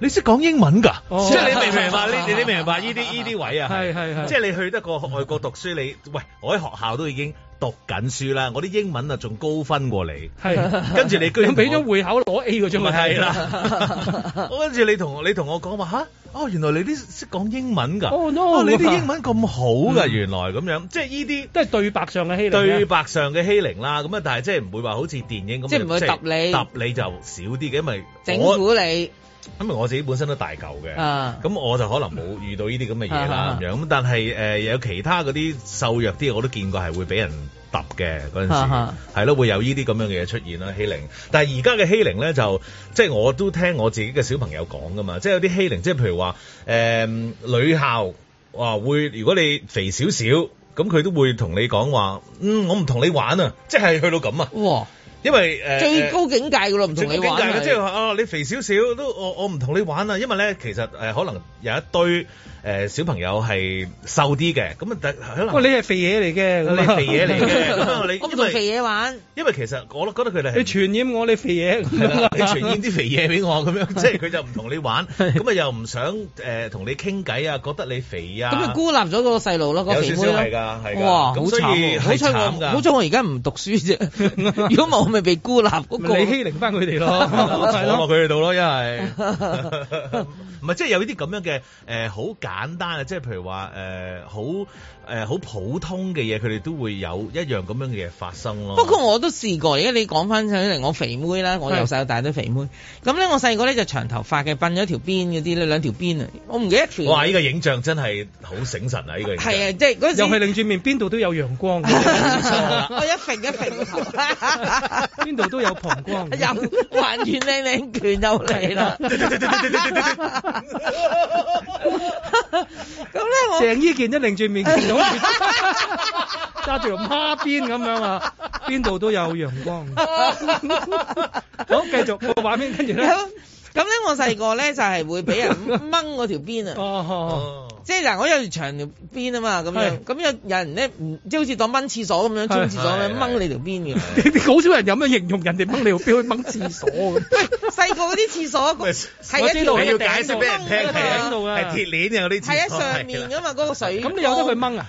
你識講英文㗎？
哦
即係你明唔明 白呢？你你明白呢啲呢啲位啊？
係係係
即係你去得個外國讀書，你喂，我喺學校都已經讀緊書啦，我啲英文啊仲高分過你，
係。
跟住你居
佢
然
俾
同
咗
我
會考攞 A 嗰張
咪
啊
係 啦，我跟住你同我你同我講話吓，哦原來你啲識講英文㗎，
Oh, no
哦你啲英文咁好㗎，
嗯
原來咁樣，即係呢啲
都係對白上嘅欺凌啫。
對白上嘅欺凌啦，咁啊但係即係唔會話好似電影咁，啊
即係唔會揼你
揼你就少啲嘅，因為
整
我
蠱你
因為我自己本身都大嚿嘅。
啊！
咁我就可能冇遇到呢啲咁嘅嘢
啊
啦，咁樣咁但係誒、呃有其他嗰啲瘦弱啲，我都見過係會俾人揼嘅嗰陣
啊啊
時，係咯會有呢啲咁樣嘅嘢出現啦欺凌。但係而家嘅欺凌咧就即係我都聽我自己嘅小朋友講噶嘛，即係有啲欺凌，即係譬如話誒、呃女校哇會，如果你肥少少。咁佢都會同你講話，嗯，我唔同你玩啊，即係去到咁啊，
哇！
因為誒、呃
最高境界噶咯，唔同你玩
最高境界
啊
嘅，即係話哦，你肥少少都我我唔同你玩啊，因為咧其實誒、呃可能有一堆誒、誒小朋友係瘦啲嘅，咁啊但可能
喂，你係肥嘢嚟嘅，啊
你肥嘢嚟嘅， 咁啊你
我唔
因
同
為
肥嘢玩，
因為其實我覺得佢哋係
你傳染我，你肥嘢
係 啦，你傳染啲肥嘢俾我咁樣，即係佢就唔同你玩，咁啊又唔想誒同你傾偈啊，覺得你肥啊，
咁就孤立咗個細路咯，個
有
肥
少
妹
少係
咯。
㗎，係㗎，
哇，好
咁所以
慘！好
係
彩
慘
我
㗎，
好彩我而家唔讀書啫， 如果唔係我咪被孤立嗰個。
你欺凌翻佢 哋咯，
啊
係
坐落
咯。
佢哋度咯，因為 唔係即係有呢啲咁樣嘅誒好簡單啊嘅，即係譬如話誒好誒好普通嘅嘢，佢哋都會有一樣咁樣嘅嘢發生咯。
不過我都試過，而家你講翻起嚟，我肥妹啦，我
係
由細到大都肥妹。咁咧，我細個咧就長頭髮嘅，鬢咗條邊嗰啲咧，兩條邊啊，我唔記得條。
哇！呢、個影像真係好醒神啊！呢、個影像
係啊，即係嗰
又係
陣時，
擰住面，邊度都有陽 光嘅，
我一揈一揈個頭，
邊度都有膀胱嘅。
又還原靚靚拳又嚟啦。咁咧我。
鄭伊健一擰住面，見到 佢揸住條孖邊咁樣啊，邊度都有陽 光。好，繼續個畫面，跟住咧，
咁咧，我細個咧就係會俾人掹我條邊啊！
哦，
即係嗱，我有條長條邊啊嘛，咁樣
係
咁有有人咧，唔即係好似當掹廁所咁樣，
係
沖廁所咁樣
係
掹你條 邊嘅。
你你好少人有咩形容人哋掹你條標去掹廁所咁。
細個嗰啲廁所
喂
係
我
一
知
條
道
你要
頂
解釋俾人聽，
窿㗎嘛
係
頂度啊
係鐵鏈啊嗰啲
係
廁
喺
所
上面
係啦
噶嘛，嗰個水。
咁你由得佢？掹啊？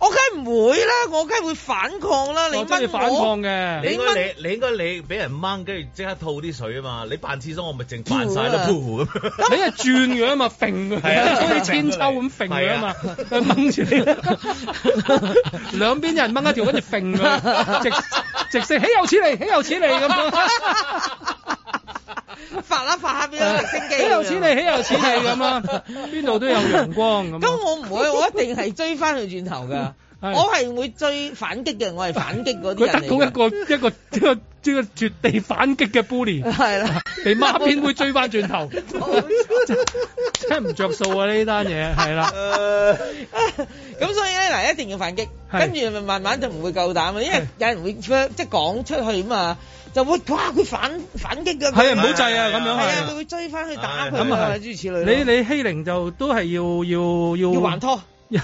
我梗係唔會啦，我梗係會反抗啦！你
我真係
掹
反抗
我，
嘅。
你應
你
該你你應該你俾人掹，跟住即刻吐啲水啊嘛！你扮廁所，我咪淨扮晒
噗啊
咯，噗 咁。
你係轉佢啊嘛，揈佢，
係啊
即係好似千秋咁揈佢啊嘛，佢掹住 你，兩邊有人掹一條，跟住揈佢，直直死，豈有此理，豈有此理咁樣，
發啦發下俾咗直升機
豈
咁
有此
樣。
理，豈有此理咁啦，邊度都有陽光咁
咁
啊。
我唔會，我一定係追翻佢轉頭㗎。
係
我係會追反擊嘅，我係反擊嗰啲
佢得
人嚟㗎。
到一個一個一個一個絕地反擊嘅 bully，
係啦，
你孖 邊會追翻轉頭，真係唔着數啊呢單嘢，係啦。
咁所以咧嗱，一定要反擊，
係
跟住咪慢慢就唔會夠膽啊，因為有人會即係講出去啊嘛，就會哇佢反反擊㗎，
係啊，唔
佢
好制啊，咁
係
樣
啊，佢
係。
會追翻去打
係
佢
咁
啊
啊，
係
諸如此類
你
咯。
你欺凌就都係要要要
要還拖，
要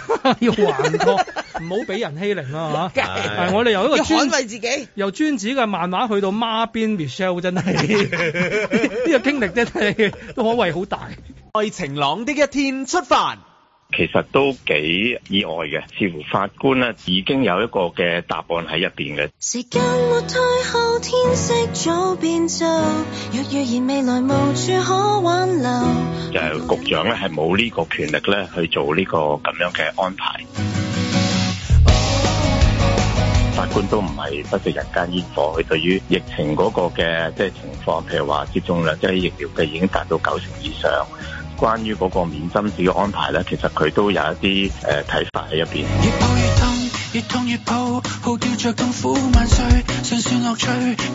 還拖，唔好俾人欺凌啊嚇。
梗係
係
係我哋由一個
要捍
專
衞自己。
由專子嘅漫畫去到孖邊 Michelle 真係呢個經歷真係都可謂好大。
在晴朗的一天出發。
其實都幾意外嘅，似乎法官咧已經有一個嘅答案喺入邊嘅。
時間沒退後，天色早變晝。若預言未來無處可挽留，
就係局長咧係冇呢個權力咧去做呢個咁樣嘅安排。法官都唔係不食人間煙火，佢對於疫情嗰個嘅即係情況，譬如話接種兩劑疫苗嘅已經達到九成以上，關於嗰個免針紙嘅安排咧，其實佢都有一啲誒睇法喺入邊。
越抱越痛，越痛越抱，號叫着痛苦萬歲，純粹樂趣，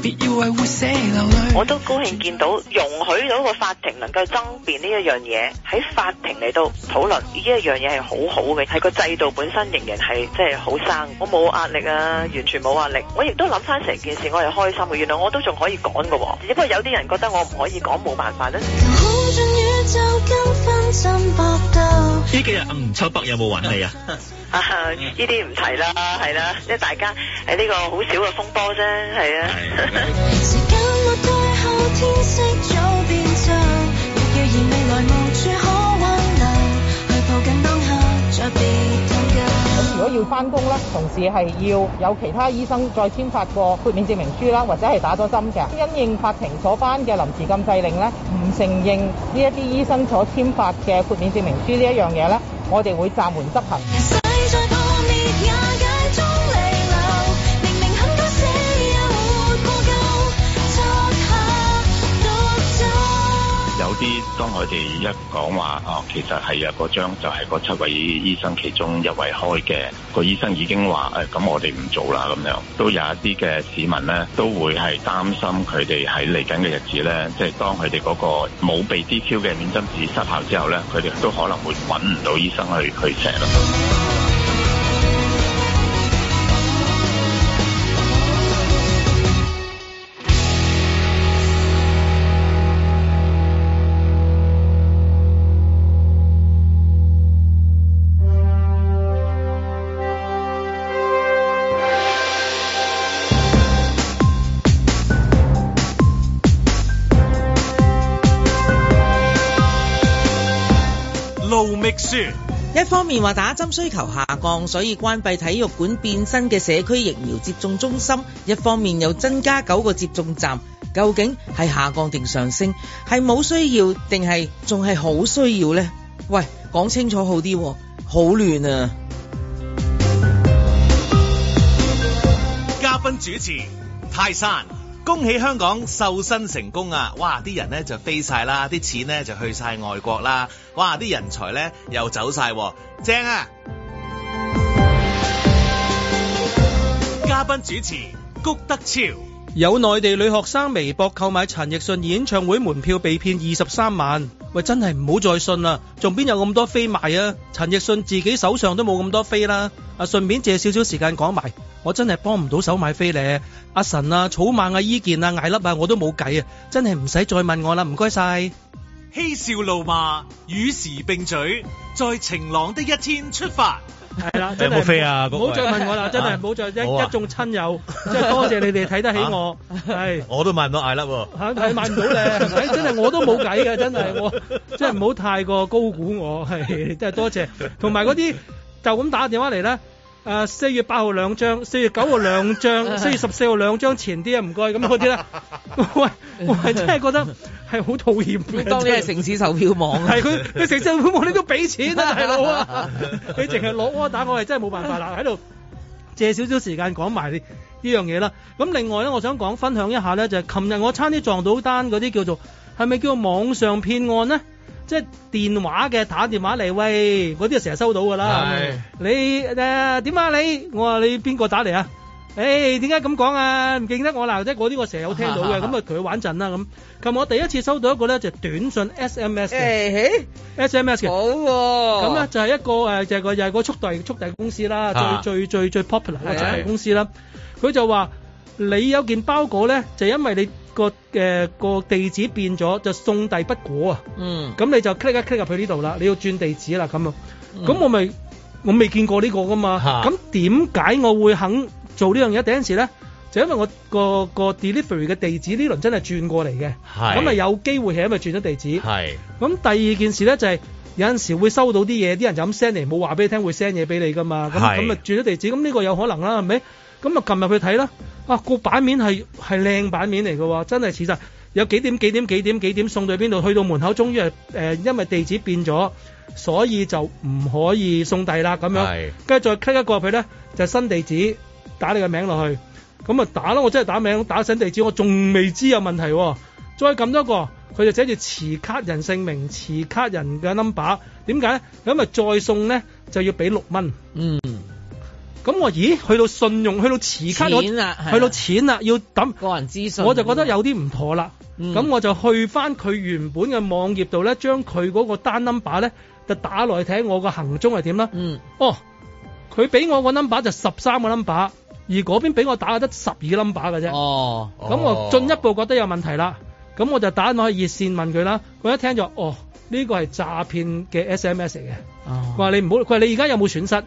別要為活死流淚。
我都高興見到容許到個法庭能夠爭辯呢一樣嘢，喺法庭嚟到討論呢一樣嘢係好好嘅，係個制度本身仍然係即係好生，我冇壓力啊，完全冇壓力。我亦都諗翻成件事，我係開心嘅，原來我都仲可以講嘅喎，只不過有啲人覺得我唔可以講，冇辦法咧。
求空盡宇宙跟分針搏鬥。
呢幾日吳秋北有冇 揾你啊？
啊，呢啲唔提啦，係啦，即係大家喺呢個好少嘅風波啫，係啊。
時間沒退後，天色早變晝。若預言未來無處可挽留，去抱緊當下，再別探究。
如果要翻工咧，同事係要有其他醫生再簽發過豁免證明書啦，或者係打咗針嘅。因應法庭所頒嘅臨時禁制令咧，唔承認呢一啲醫生所簽發嘅豁免證明書呢一樣嘢咧，我哋會暫緩執行。
人世在破滅瓦解中離流，明明很多死又活過夠，作下獨奏。
有啲當佢哋一講話哦，其實係啊，嗰張就係嗰七位醫生其中一位開嘅，個醫生已經話誒，咁、我哋唔做啦咁樣，都有一啲嘅市民咧都會係擔心佢哋喺嚟緊嘅日子咧，即係當佢哋嗰個冇被 DQ 嘅免針紙失效之後咧，佢哋都可能會揾唔到醫生去去寫咯。
書。
一方面話打針需求下降，所以關閉體育館變身嘅社區疫苗接種中心；一方面又增加九個接種站，究竟係下降定上升？係冇需要定係仲係好需要呢？喂，講清楚好啲喎，好亂啊！
嘉賓主持泰山，恭喜香港瘦身成功啊！哇，啲人呢就飛晒啦，啲錢呢就去晒外國啦，哇，啲人才呢又走晒喎，正啊！嘉賓主持谷德超，
有內地女學生微博購買陳奕迅演唱會門票被騙二十三萬，喂真係唔好再信啦，仲邊有咁多飛賣啊？陳奕迅自己手上都冇咁多飛啦。啊，順便借少少時間講埋，我真係幫唔到手買飛咧。阿神啊、草蜢啊、伊健啊、艾粒啊，我都冇計啊，真係唔使再問我啦，唔該晒。
嬉笑怒罵，與時並舉，在晴朗的一天出發。
係啦，
你 有
真係
冇飛啊？
唔好
嗰個
再問我啦，真係
啊
唔好再一
冇啊啊
一眾親友，即係多謝你哋睇得起我，係。
我都買唔到艾粒喎。
嚇係買唔 到咧，係咪？真係我都冇計嘅，真係我真係唔好太過高估我，係真係多謝。同埋嗰啲就咁打電話嚟咧。誒四月八號兩張，四月九號兩 張，四月十四號兩張前啲啊，唔該咁嗰啲咧，喂，我係真係覺得係好討厭嘅。
當你係城市售票 網啊
係佢佢城市售票網你都俾錢啊，大佬啊！你淨係攞 order，我係真係冇辦法啦，喺度。借少少時間講埋呢呢樣嘢啦。咁另外咧，我想講分享一下咧，就係琴日我差啲撞到單嗰啲叫做係咪叫網上騙案咧？即係電話嘅打電話嚟，喂，嗰啲成日收到㗎啦
係。
你誒點啊你？我話你邊個打嚟啊？誒點解咁講啊？唔記得我啦，即係嗰啲我成日有聽到嘅，咁啊同佢玩陣啦咁。琴日我第一次收到一個咧就係短信 SMS 嘅
誒
SMS 嘅，
好喎
咁咧啊就係一個誒就係個就係個速遞速遞公司啦，最
啊
最。最最最 popular 嗰
係
間公司啦，佢就話你有件包裹咧，就因為你個誒個地址變咗，就送遞不果啊。
嗯，
咁你就 click 一 click 入去呢度啦，你要轉地址啦咁啊。咁我咪我未見過呢個噶嘛，咁點解我會肯做呢樣嘢？第一陣時咧，就因為我個個 delivery 嘅地址呢輪真係轉過嚟嘅，
係
咁啊有機會係因為轉咗地址。
係
咁第二件事咧就係、有陣時會收到啲嘢，啲人就咁 send 嚟，冇話俾你聽會 send 嘢俾你噶嘛。咁
係
咁啊轉咗地址，咁呢個有可能啦，係咪？咁啊撳入去睇啦，啊個版面係係靚版面嚟嘅喎，真係似晒。有幾點幾點幾點幾點送到去邊度？去到門口，終於係誒，因為地址變咗，所以就唔可以送遞啦咁樣
係。
跟住再 click 一個入去咧，就係新地址，打你個名落去。咁啊打啦，我真係打名，打新地址，我仲未知有問題喎。再撳多一個，佢就寫住持卡人姓名、持卡人嘅 number。點解咧？因為再送咧就要俾六蚊。
嗯。
咁我咦去到信用，去到持卡，我
錢啦係啊
去到錢啦，要抌
個人資訊
我就覺得有啲唔妥啦。
嗯
咁、我就去翻佢原本嘅網頁度咧，將佢嗰個單 number 咧就打落去睇我個行蹤係點啦。
嗯，
哦，佢俾我個 number 就十三個 number，而嗰邊俾我打得十二 number 嘅啫。
哦，
咁我進一步覺得有問題啦，咁我就打落去熱線問佢啦。佢一聽就哦，呢個係詐騙嘅 SMS 嚟嘅。
哦
佢話你唔好，佢話你而家有冇損失？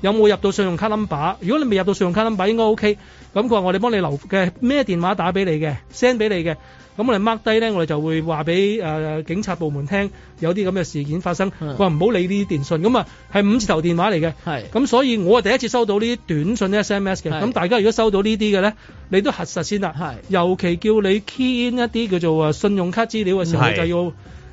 有冇入到信用卡 number？如果你未入到信用卡 number，應該 OK。咁佢話我哋幫你留嘅咩電話打俾你嘅，send 俾你嘅。咁我哋 mark 低咧，我哋就會話俾誒警察部門聽有啲咁嘅事件發生。佢話唔好理呢啲電訊，咁啊係五字頭電話嚟嘅。
係
咁所以我係第一次收到呢啲短信 SMS 嘅。
係
咁大家如果收到呢啲嘅咧，你都核實先啦。係。尤其叫你 key in 一啲叫做誒信用卡資料嘅時候，
係
你就要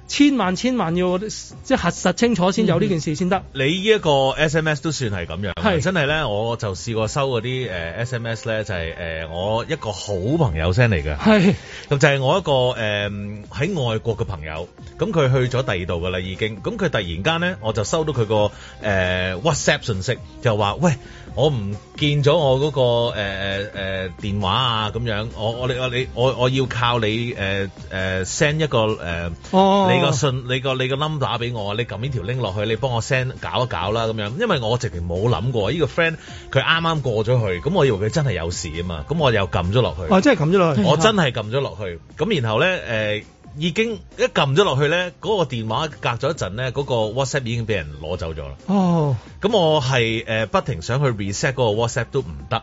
千萬千萬要呃即係核實清楚先有呢件事先得。
你呢一個 SMS 都算係咁樣嘅，
係
真係咧，我就試過收嗰啲呃誒 SMS 咧，就係、誒、我一個好朋友 send 嚟嘅，
係
咁就係我一個誒喺、外國嘅朋友，咁佢去咗第二度噶啦已經，咁佢突然間咧，我就收到佢個誒 WhatsApp 信息，就話喂，我唔見咗我嗰、呃個誒誒誒電話啊咁樣，我我你我你我我要靠你誒誒 send 一個呃誒、
哦
你個信你個你個 number 俾我，你撳呢條 link 落去，你幫我 send 搞一搞啦咁樣，因為我直情冇諗過呢、個 friend 佢啱啱過咗去，咁我以為佢真係有事啊嘛，咁我又撳咗落去。
哦，真係撳咗落去。
我真係撳咗落去，咁然後咧誒、呃已經一撳咗落去咧，嗰、個電話隔咗一陣咧，嗰、個 WhatsApp 已經俾人攞走咗啦。
哦，
咁我係誒、呃不停想去 reset 嗰個 WhatsApp 都唔得。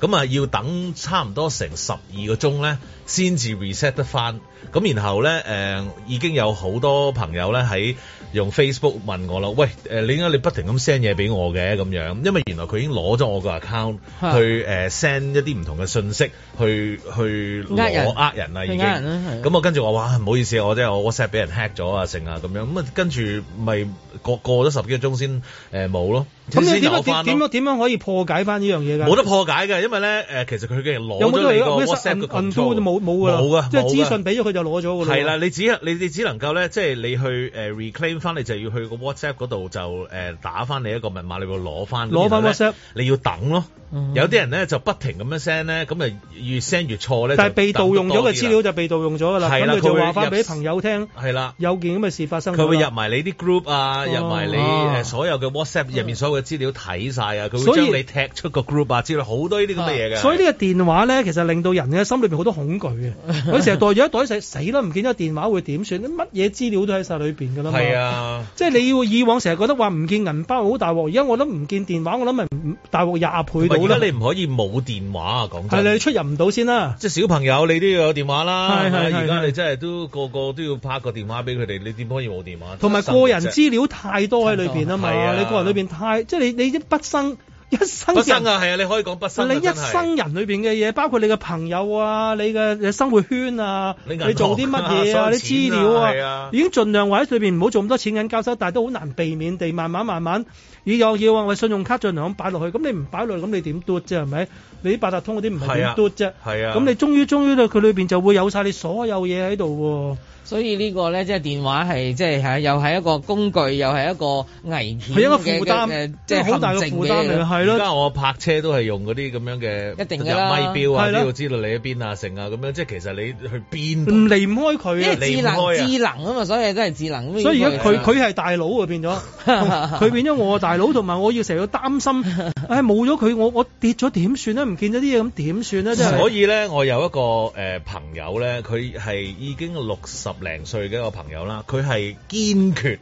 咁啊要等差唔多成十二個鐘咧，先至 reset 得翻。咁然後咧，誒、已經有好多朋友咧喺用 Facebook 問我啦，喂，誒、你點解你不停咁 send 嘢俾我嘅咁樣？因為原來佢已經攞咗我個 account
嚇
去誒 send、一啲唔同嘅信息去去攞
呃人
呃人啦，已經。
去呃人
啊
啦係
咁我跟住我話哇唔好意思，我即係我 WhatsApp 俾人 hack 咗啊，成啊咁樣。咁啊跟住咪過過咗十幾個鐘先誒冇咯，
咁你
先
點
有
樣
翻
點點啊
咯
樣。點樣可以破解翻呢樣嘢㗎？
冇得破解嘅，因為咧誒，其實佢嘅攞
有冇
咗
得
你
去啊
個 WhatsApp
WhatsApp
嘅
u n
control
冇冇㗎啦，
冇㗎
即係
冇㗎
資訊俾咗佢就攞咗㗎啦。
係啦，你只你你只能夠咧，即係你去誒、呃 reclaim 翻，你就要去個 WhatsApp 嗰度就誒、呃打翻你一個密碼，你會攞翻。
攞
然後
返
呢
WhatsApp
你要等咯。
嗯
有啲人咧就不停咁樣 send 咧，咁啊越 send 越錯咧。
但係被盜用咗嘅資料
就
就被盜用咗㗎啦，
係
咁
啦
佢就
佢會
話翻俾
入
朋友聽，
等得多啲啦係啦。
有件咁嘅事發生咗啦。
佢會入埋你啲 group 啊，入埋你
啊哦
誒所有嘅 WhatsApp 入面所有嘅資料睇晒啊，佢
所
會
以
將你踢出個 group 啊，之類好多呢啲咁嘅嘢嘅。
所以呢個電話咧，其實令到人嘅心裏邊好多恐懼 嘅。佢成日袋咗一袋死死啦，唔見咗電話會點算？乜嘢資料都喺晒裏邊㗎啦嘛。
係，啊。
即係你要以往成日覺得話唔見銀包好大鑊，而家我諗唔見電話，我諗咪唔大鑊廿
同埋
倍到
而家
啦。
你唔可以冇電話啊，講真。
係你出入唔到先啦。
即係小朋友，你都要有電話啦。
係係
係咪
係
而家你真係都個個都要拍個電話俾佢哋，你點可以冇電話？
同埋個人資料太多喺裏邊啊嘛，
係啊
你個人裏邊太即係你你啲畢生 一生
不
人
生啊，係啊，你可以講不生啊。
你一
真係
生人裏邊嘅嘢，包括你嘅朋友啊、你嘅生活圈啊、
你
你
銀行啊
做啲 乜嘢啊、
所有
你資
錢啊
料
係
啊
啊，
已經盡量話喺裏邊唔好做咁多錢銀交收，但係都好難避免地慢慢慢慢，咦又要啊，喂信用卡盡量咁擺落去，咁你唔擺落去，咁你點嘟啫係咪？你啲八達通嗰啲唔係
係啊
點嘟啫？
係啊
咁你終於終於咧，佢裏邊就會有晒你所有嘢喺度
所以呢個咧，即係電話係即係係又係一個工具，又係一個危
嗯
險
喎，係一個
嘅
負
嘅
擔
嘅，
即
即係
係好大嘅
陷阱
負擔
嘅
嚟，啊係
而
咯。
家我泊車都係用嗰啲咁樣嘅
一定㗎啦
入咪錶啊，
係啦
都要知道你喺邊啊，成啊咁樣。即係其實你去邊
唔
度？
離唔開佢
因
啊
為！智
離唔開啊
能智能啊嘛，所以都係智能。
所以而家佢佢係大佬 啊，變咗佢變咗我大佬，同埋我要成日要擔心， 唉冇咗佢，我我跌咗點算咧？唔見咗啲嘢咁點算咧？真係
所以咧，我有一個誒、呃朋友咧，佢係已經六十零歲嘅一個朋友啦，佢係堅決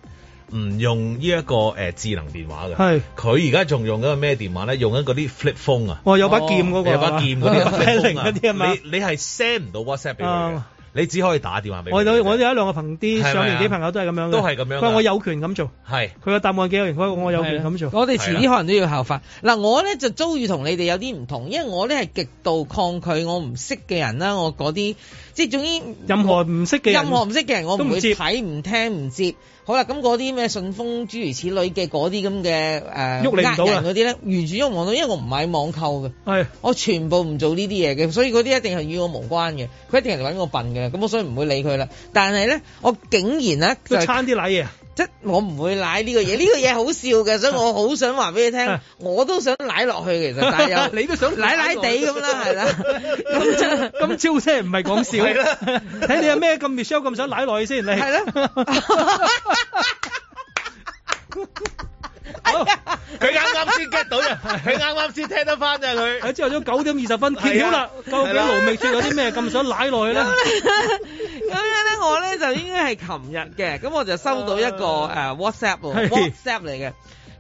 唔用呢、一個誒、呃智能電話嘅。
係
佢而家仲用緊個咩電話咧？用緊嗰啲 flip phone 啊。
我哦有把劍嗰個，
有把劍嗰啲 啊
p
，flip phone
嗰啲啊嘛。
你你係 send 唔到 WhatsApp 俾佢嘅
啊，
你只可以打電話俾佢。
我有我有一兩個朋啲
係咪啊
上年紀朋友都係咁樣嘅，
都係咁樣㗎
佢話我有權咁做，
係
佢嘅答案幾有型，佢話我有權咁做。
我哋遲啲可能都要效法。嗱，我咧就遭遇同你哋有啲唔同，因為我咧係極度抗拒我唔識嘅人啦，我嗰啲即係總之
任何唔識嘅人
任何唔識嘅人，我
都
唔
唔
會
接
睇、唔聽、唔接。好啦，咁嗰啲咩順豐諸如此類嘅嗰啲咁嘅誒，呃
喐你唔到啊
呃人嗰啲咧，完全喐唔到，因為我唔買網購嘅。
係
我全部唔做呢啲嘢嘅，所以嗰啲一定係與我無關嘅，佢一定係揾我笨嘅，咁我所以唔會理佢啦。但係咧，我竟然 咧就
都
係
撐啲奶嘢啊，
即係我唔會舐呢個嘢，呢、個嘢好笑嘅，所以我好想話俾你 聽，我都想舐落去其實，但係又
你都想
舐舐地咁啦， 係啦，
咁咁招真係唔係講笑，
係啦
睇你有咩咁 Michelle 咁想奶落去先，你
係 啦，
佢啱啱先 get 到啫，佢啱啱先聽得翻咋佢。
喺朝頭早九點二十分揭曉啦，
係
究
啊
竟盧覓雪有啲咩咁想奶落去咧？
咁樣咧，我咧就應該係琴日嘅，咁我就收到一個誒、呃 WhatsApp 喎
啊 係
WhatsApp 嚟嘅。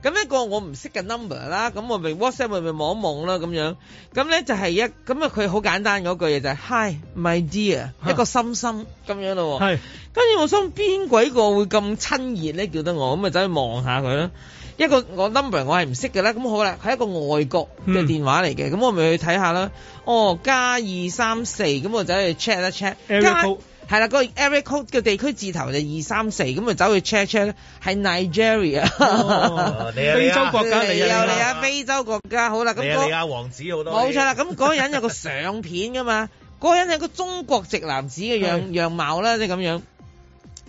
咁一個我唔識嘅 number 啦，咁我咪 WhatsApp 咪咪望一望啦咁樣。咁咧就係一咁啊，佢好簡單嗰句嘢就係、Hi my dear，一個心心咁樣咯喎。
啊係
跟住我心邊鬼個會咁親熱咧，叫得我咁咪走去望下佢啦。一個我 number 我係唔識嘅啦，咁好啦，係一個外國嘅
嗯
電話嚟嘅，咁、我咪去睇下啦。哦，加二三四，咁我走去 check 一 check。
Area
加
code
係啦，嗰個 area code 嘅地區字頭就二三四，咁咪走去 check check 咧，係 Nigeria，
哦你啊
非洲國家
你
嚟
有
啊，
你啊，非洲國家好啦，咁
你啊
嗰
你啊，王子好多
冇
嘢。
錯啦，咁嗰個人有個相片噶嘛，嗰個人係個中國籍男子嘅樣樣貌啦，即係咁樣。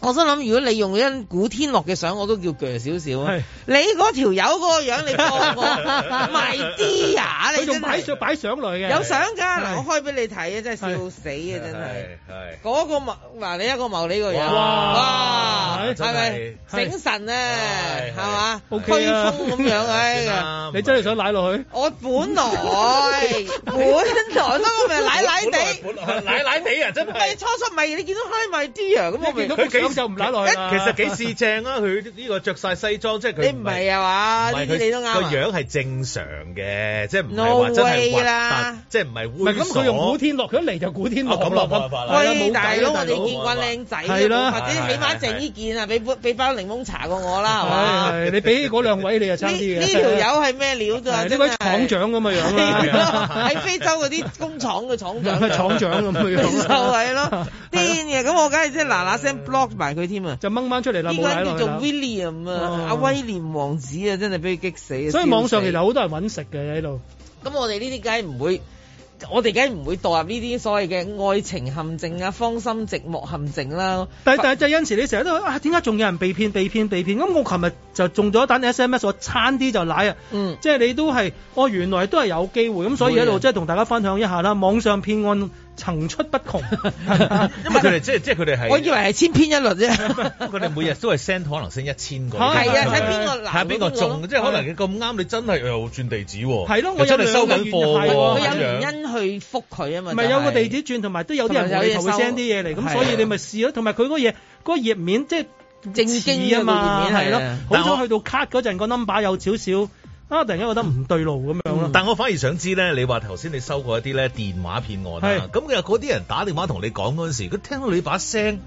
我心諗，如果你用一古天樂嘅相，我都叫鋸少少啊
係。
你嗰條友嗰個樣，你放我埋啲啊！
佢
你
仲
真
擺
係
相擺相嚟嘅，
有相㗎，嗱
係
我開俾你睇啊，真係笑死啊，真係。
係係。
嗰個茂嗱你一個茂呢個人，
哇
哇，
真
係咪
係
醒神啊？
係
係嘛，
係
吹
OK 啊
風咁 樣，
Dạ,
哎呀！
你真係想奶落去？
我本來本來都我咪奶奶地，
奶奶地啊，真
咪
係。
初初咪你見到 Hi My Dear 咁我咪
佢幾
裝就唔揦落去啦。
其實幾四正啊！佢呢個着晒西裝，即係佢
你唔係啊嘛？呢
係
啲你都啱
個
啊
樣係正常嘅，即係唔係
à? No
話真係
way
核
啦
突，即係唔係
唔係
猥
咁，佢用古
瑣。
天樂，佢一嚟就古天樂
哦咁
咯
啊冇辦法啦
係啊
喂，
冇計
大佬，
啊
我哋
佬
見過靚仔
係啦
啦，或者起碼鄭伊健啊，俾俾包檸檬茶過我
Ờ,
啦，係嘛？
係係你俾嗰兩位你就差
呢
啲嘅。
呢條友係咩料㗎？
係呢
真
位
係
廠長咁 嘅樣
係咯
啦，
喺非洲嗰啲工廠嘅 廠長，啊
廠長咁嘅樣
就係咯，癲嘅。咁我梗係即係嗱嗱聲 block 埋佢添啊！
就掹翻出嚟啦，
呢
冇
個
睇
人叫
落去
做
啦
William
哦
啊，阿威廉王子啊，真係俾佢激死啊！
所以網
笑
上其
死
實好多人揾食嘅喺度。
咁我哋呢啲梗係唔會，我哋梗係唔會墮入呢啲所謂嘅愛情陷阱啊、芳心寂寞陷阱啦。
但但就有陣時你成日都話啊，點解仲有人被騙、被騙、被騙？咁我琴日就中咗一單 SMS，我差啲就奶啊！
嗯，
即係你都係，哦，原來都係有機會，咁所以喺
會
度
啊
即係同大家分享一下啦。網上騙案層出不 窮，
因為佢哋即係即係佢哋係，
我以為係千篇一律 啫。
佢哋每日都係 send 可能 send 一千個，
係
係啊睇邊個
睇
難
下邊個
邊個
中，
咯
即係可能你咁啱，你真係又轉地址喎，
係咯
又
我有
真係收緊貨
兩個
喎，
佢有
遠
咁樣
原因去覆佢啊嘛。
唔係有個地
就係
址轉，同埋都有啲人
同埋
回
有
頭
嘢
會
收
send 啲嘢嚟，咁
係
所以
啊
你咪試咯。同埋佢嗰個嘢嗰個頁面即係
正
似
經
啊嘛，
係
係咯
咯。。
但
好
我
彩去到 cut 嗰陣個 number 有少少啊，突然間覺得唔對路咁樣咯。
嗯
嗯
但我反而想知咧，你話頭先你收過一啲咧電話騙案啊
係，
咁有嗰啲人打電話同你講嗰陣時，佢聽到你把聲，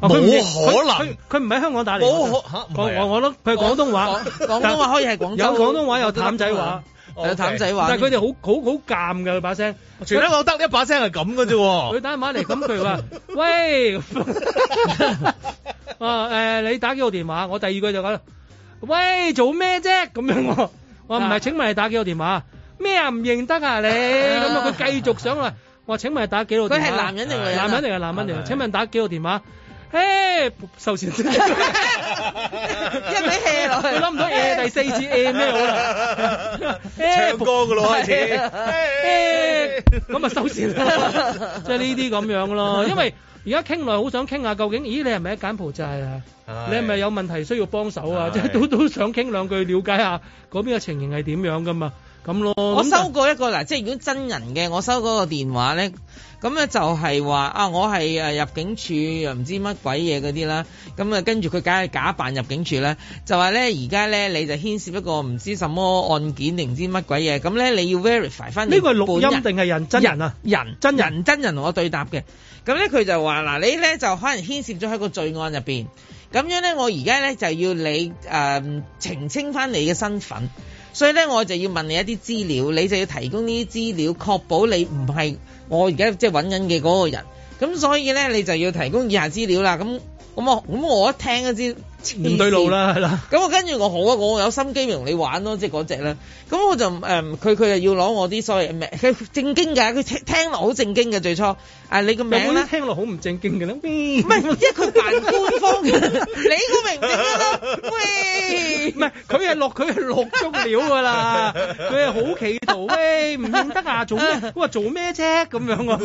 啊
冇
佢唔認
可能
佢佢佢唔喺香港打嚟，
冇可
我覺得
嚇唔係啊
我我覺得佢係廣東話，
哦廣東話可以係廣州，
有廣東話有淡仔話，哦
有淡仔話。
但係佢哋好好好尷㗎佢把聲。
全香港得一把聲係咁嘅啫
佢
喎。
打電話嚟咁佢話：喂， 啊誒，你打幾號電話？我第二句就講：喂，做咩啫？咁樣喎。我話唔係，請問你打幾號電話？咩啊？唔認得啊你？咁啊，佢繼續想話：我話請問你打幾號電話？
佢係男人定女人啊
男人嚟嘅，男人嚟
男人
嘅。請問打幾號電話？誒，收線 先。
一味 hea 落去
佢諗唔到 hea 第四次 hea 咩好 啦？啊 誒
唱歌㗎 咯開始
誒咁啊收線 啦，即係呢啲咁樣咯。因為而家傾來好想傾下，究竟咦你係咪喺柬埔寨啊？
係
你係咪有問題需要幫手啊？
係
即係都都想傾兩句，了解下嗰邊嘅情形係點樣噶嘛？咁咯，
我
咁
收過一個嗱，即係如果真人嘅，我收嗰個電話咧，咁咧就係話啊，我係誒入境處又唔知乜鬼嘢嗰啲啦，咁啊跟住佢梗係假扮入境處啦，就話咧而家咧你就牽涉一個唔知什麼案件定唔知乜鬼嘢，咁咧你要 verify 翻
呢個係錄音定係人真人啊？
人
真人
人真人同我對答嘅，咁咧佢就話嗱，你咧就可能牽涉咗喺個罪案入邊，咁樣咧我而家咧就要你誒、呃澄清翻你嘅身份，所以咧我就要問你一啲資料，你就要提供呢啲資料，確保你唔係我而家即係揾緊嘅嗰個人，咁所以咧你就要提供以下資料啦，咁咁我咁我一聽都知黐線
唔對路啦，係啦。
咁我跟住我好啊，我有心機咪同你玩咯，即係嗰只啦。咁我就誒，佢佢就要攞我啲所謂名，佢正經㗎，佢聽聽落好正經嘅最初。啊，你個
有冇
名
啲
啦，
聽落好唔正經嘅咧？
唔
唔
係，因為佢扮官方嘅，你 個名唔正經啦，喂
唔。係，佢係落佢係落足料㗎啦，佢係好企圖，喂唔認得啊，做 咩？我話做咩啫咁樣啊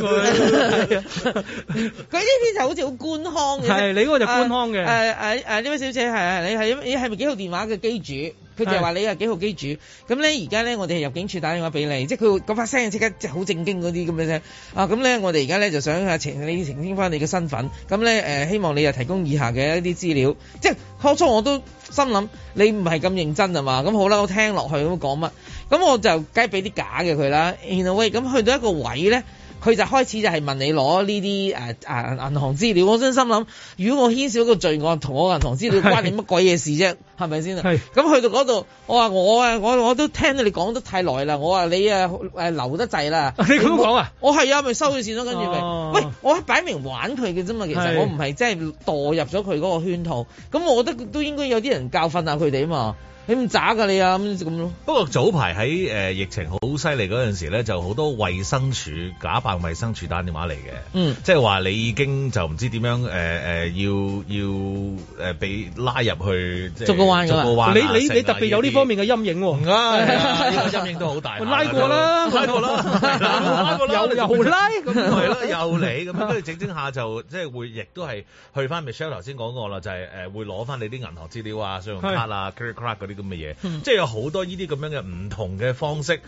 佢。
佢呢啲就好似好官腔嘅啫。
係你嗰個就官腔
誒
嘅
誒誒，呢位小姐係係你係你係咪幾號電話嘅機主？佢就話你係幾號機主。咁咧而家咧，我哋係入境處打電話俾你，即係佢嗰把聲即刻即係好正經嗰啲咁嘅聲。啊，咁咧我哋而家咧就想啊澄你澄清翻你嘅身份。咁咧誒，希望你又提供以下嘅一啲資料。即係初初我都心諗你唔係咁認真啊嘛。咁好啦，我聽落去咁講乜？咁我就梗係俾啲假嘅佢啦。然後喂，咁去到一個位咧。佢就開始就係問你攞呢啲誒誒銀行資料，我真心諗，如果我牽涉一個罪案，同我銀行 資料
係
關你乜鬼嘢事啫？係咪先啊？
係。
咁去到嗰度，我話我啊，我我都聽到你講得太耐啦，我話你啊誒留得滯啦
你咁講啊？
我係啊，咪收咗錢咯，跟住
哦
咪，喂，我係擺明玩佢嘅啫嘛，其
係
實我唔係真係墮入咗佢嗰個圈套，咁我覺得都應該有啲人教訓下佢哋啊嘛，你唔渣㗎你啊咁咁咯，
不過早排喺誒疫情好犀利嗰陣時咧，就好多衛生署假扮衛生署打電話嚟嘅，
嗯
即係話你已經就唔知點樣誒誒、要要誒被拉入去，即係
捉個彎㗎
捉
嘛
個彎啊
你你
成啊
你特別有呢方面嘅陰影喎。
啊，呢個陰影都好大。
拉過啦
拉過啦，係啦拉過 啦，
又又拉咁
係啦，又嚟 咁，跟住整整下就即係會，亦都係去翻 Michelle 頭先講過啦，就係誒會攞翻你啲銀行資料啊、信用卡啊、credit card 嗰啲咁嘅嘢，即係有好多呢啲咁樣嘅唔同嘅方式。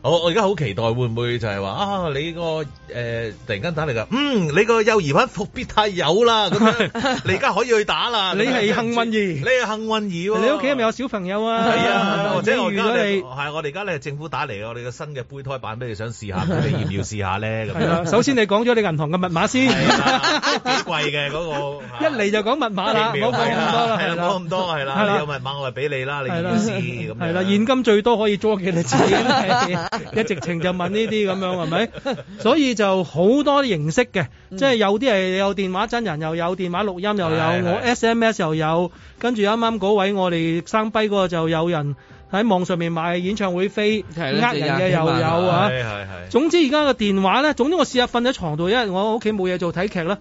我我而家好期待會唔會就係話啊，你個誒、呃突然間打嚟㗎，嗯，你個幼兒版復必泰有啦，咁樣你而家可以去打啦。
你係幸運兒，
你係幸運兒喎。
你屋企係咪有小朋友啊？
係 啊，或者我而
遇
家
到
咧
你。
係我哋而家咧政府打嚟，我哋個新嘅胚胎版俾你想試下，咁你要唔要試下咧？咁
係啊啦，
樣
首先你講咗你銀行嘅密碼先，
啊幾貴嘅嗰個。 啊
一嚟就講密碼啦，
疫
唔
苗
好講咁多啦，
係啦，冇咁多係啦，你有密碼我咪俾你啦，你
係
要
啦
唔要試咁樣
係啦，現金最多可以租 幾多錢？係一直情就問呢啲咁樣係咪？所以就好多形式嘅，
嗯
即係有啲係有電話真人，又有電話錄音，又有
係
我 SMS 又有，跟住啱啱嗰位我哋生跛嗰個就有人喺網上面買演唱會飛，呃人嘅又有啊。
係係係。
總之而家個電話咧，總之我試下瞓喺床度，因為我屋企冇嘢做睇劇啦。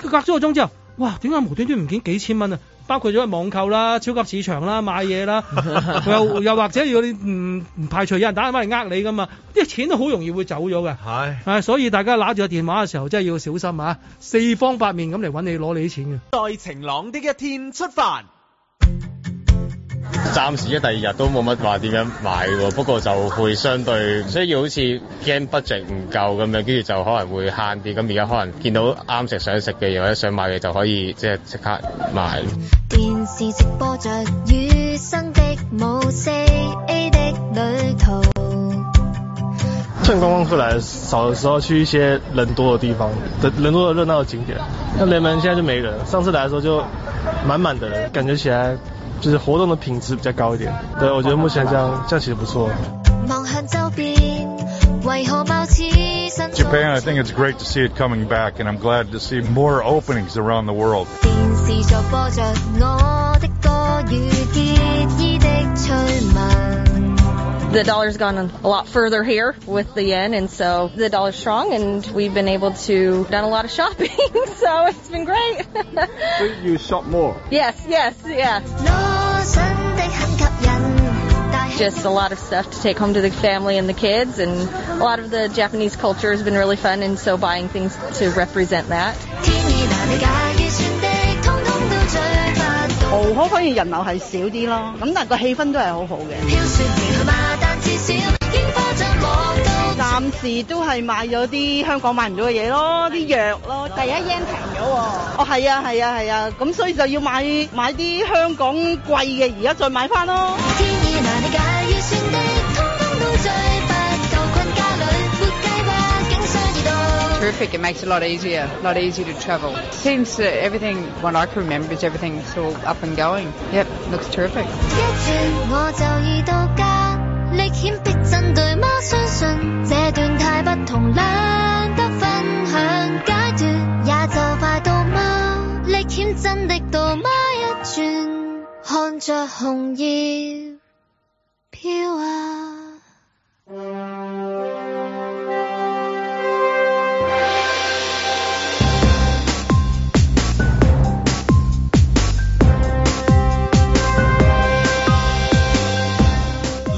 佢隔咗個鐘之後，哇！點解無端端唔見幾千蚊啊？包括咗網購啦、超級市場啦、買嘢啦，又又或者如果你唔唔排除有人打電話嚟呃你噶嘛，啲錢都好容易會走咗嘅。
係
啊，所以大家揦住個電話嘅時候，真係要小心啊！四方八面咁嚟揾你攞你啲錢嘅。
在晴朗的一天出發。
暫時嘅第二日都冇乜話點樣買喎，不過就會相對需要好似驚 budget 唔夠咁樣，跟住就可能會慳啲。咁而家可能見到啱食想食嘅嘢或者想買嘅就可以即係即刻買。
電視直播着與生的舞四 A 的旅途，
趁观光客来少的时候，去一些人多的地方，人人多的热闹的景点。那雷门现在就没人，上次来的时候就满满的人，感觉起来就是活动的品质比较高一点。对，我觉得目前这样这样其实不错。
望向周邊，為何貌似身
Japan, I think it's great to see it coming back, and I'm glad to see more openings around the world.
電視在播着我的歌與結衣的趣聞。
The dollar's gone a lot further here with the yen, and so the dollar's strong, and we've been able to done a lot of shopping, so it's been great.
You shop more.
yes, yes, yeah. Just a lot of stuff to take home to the family and the kids, and a lot of the Japanese culture has been really fun, and so buying things to represent that.
無可否認人流係少啲咯，咁但係個氣氛都係好好嘅。暫時都係買咗啲香港買唔到嘅嘢咯，啲藥咯。第一 yen 平咗喎。哦，係啊，係啊，係啊，咁所以就要買買啲香港貴嘅，而家再買翻咯。
Terrific. It makes it a lot easier, a lot easier to travel. Seems that everything, what I can remember, is everything's all up and going. Yep, looks terrific.
我就已到家，歷險逼真對嗎？相信這段太不同，兩不分享階段，也就快到嗎？歷險真的到嗎？一轉，看着紅葉飄啊！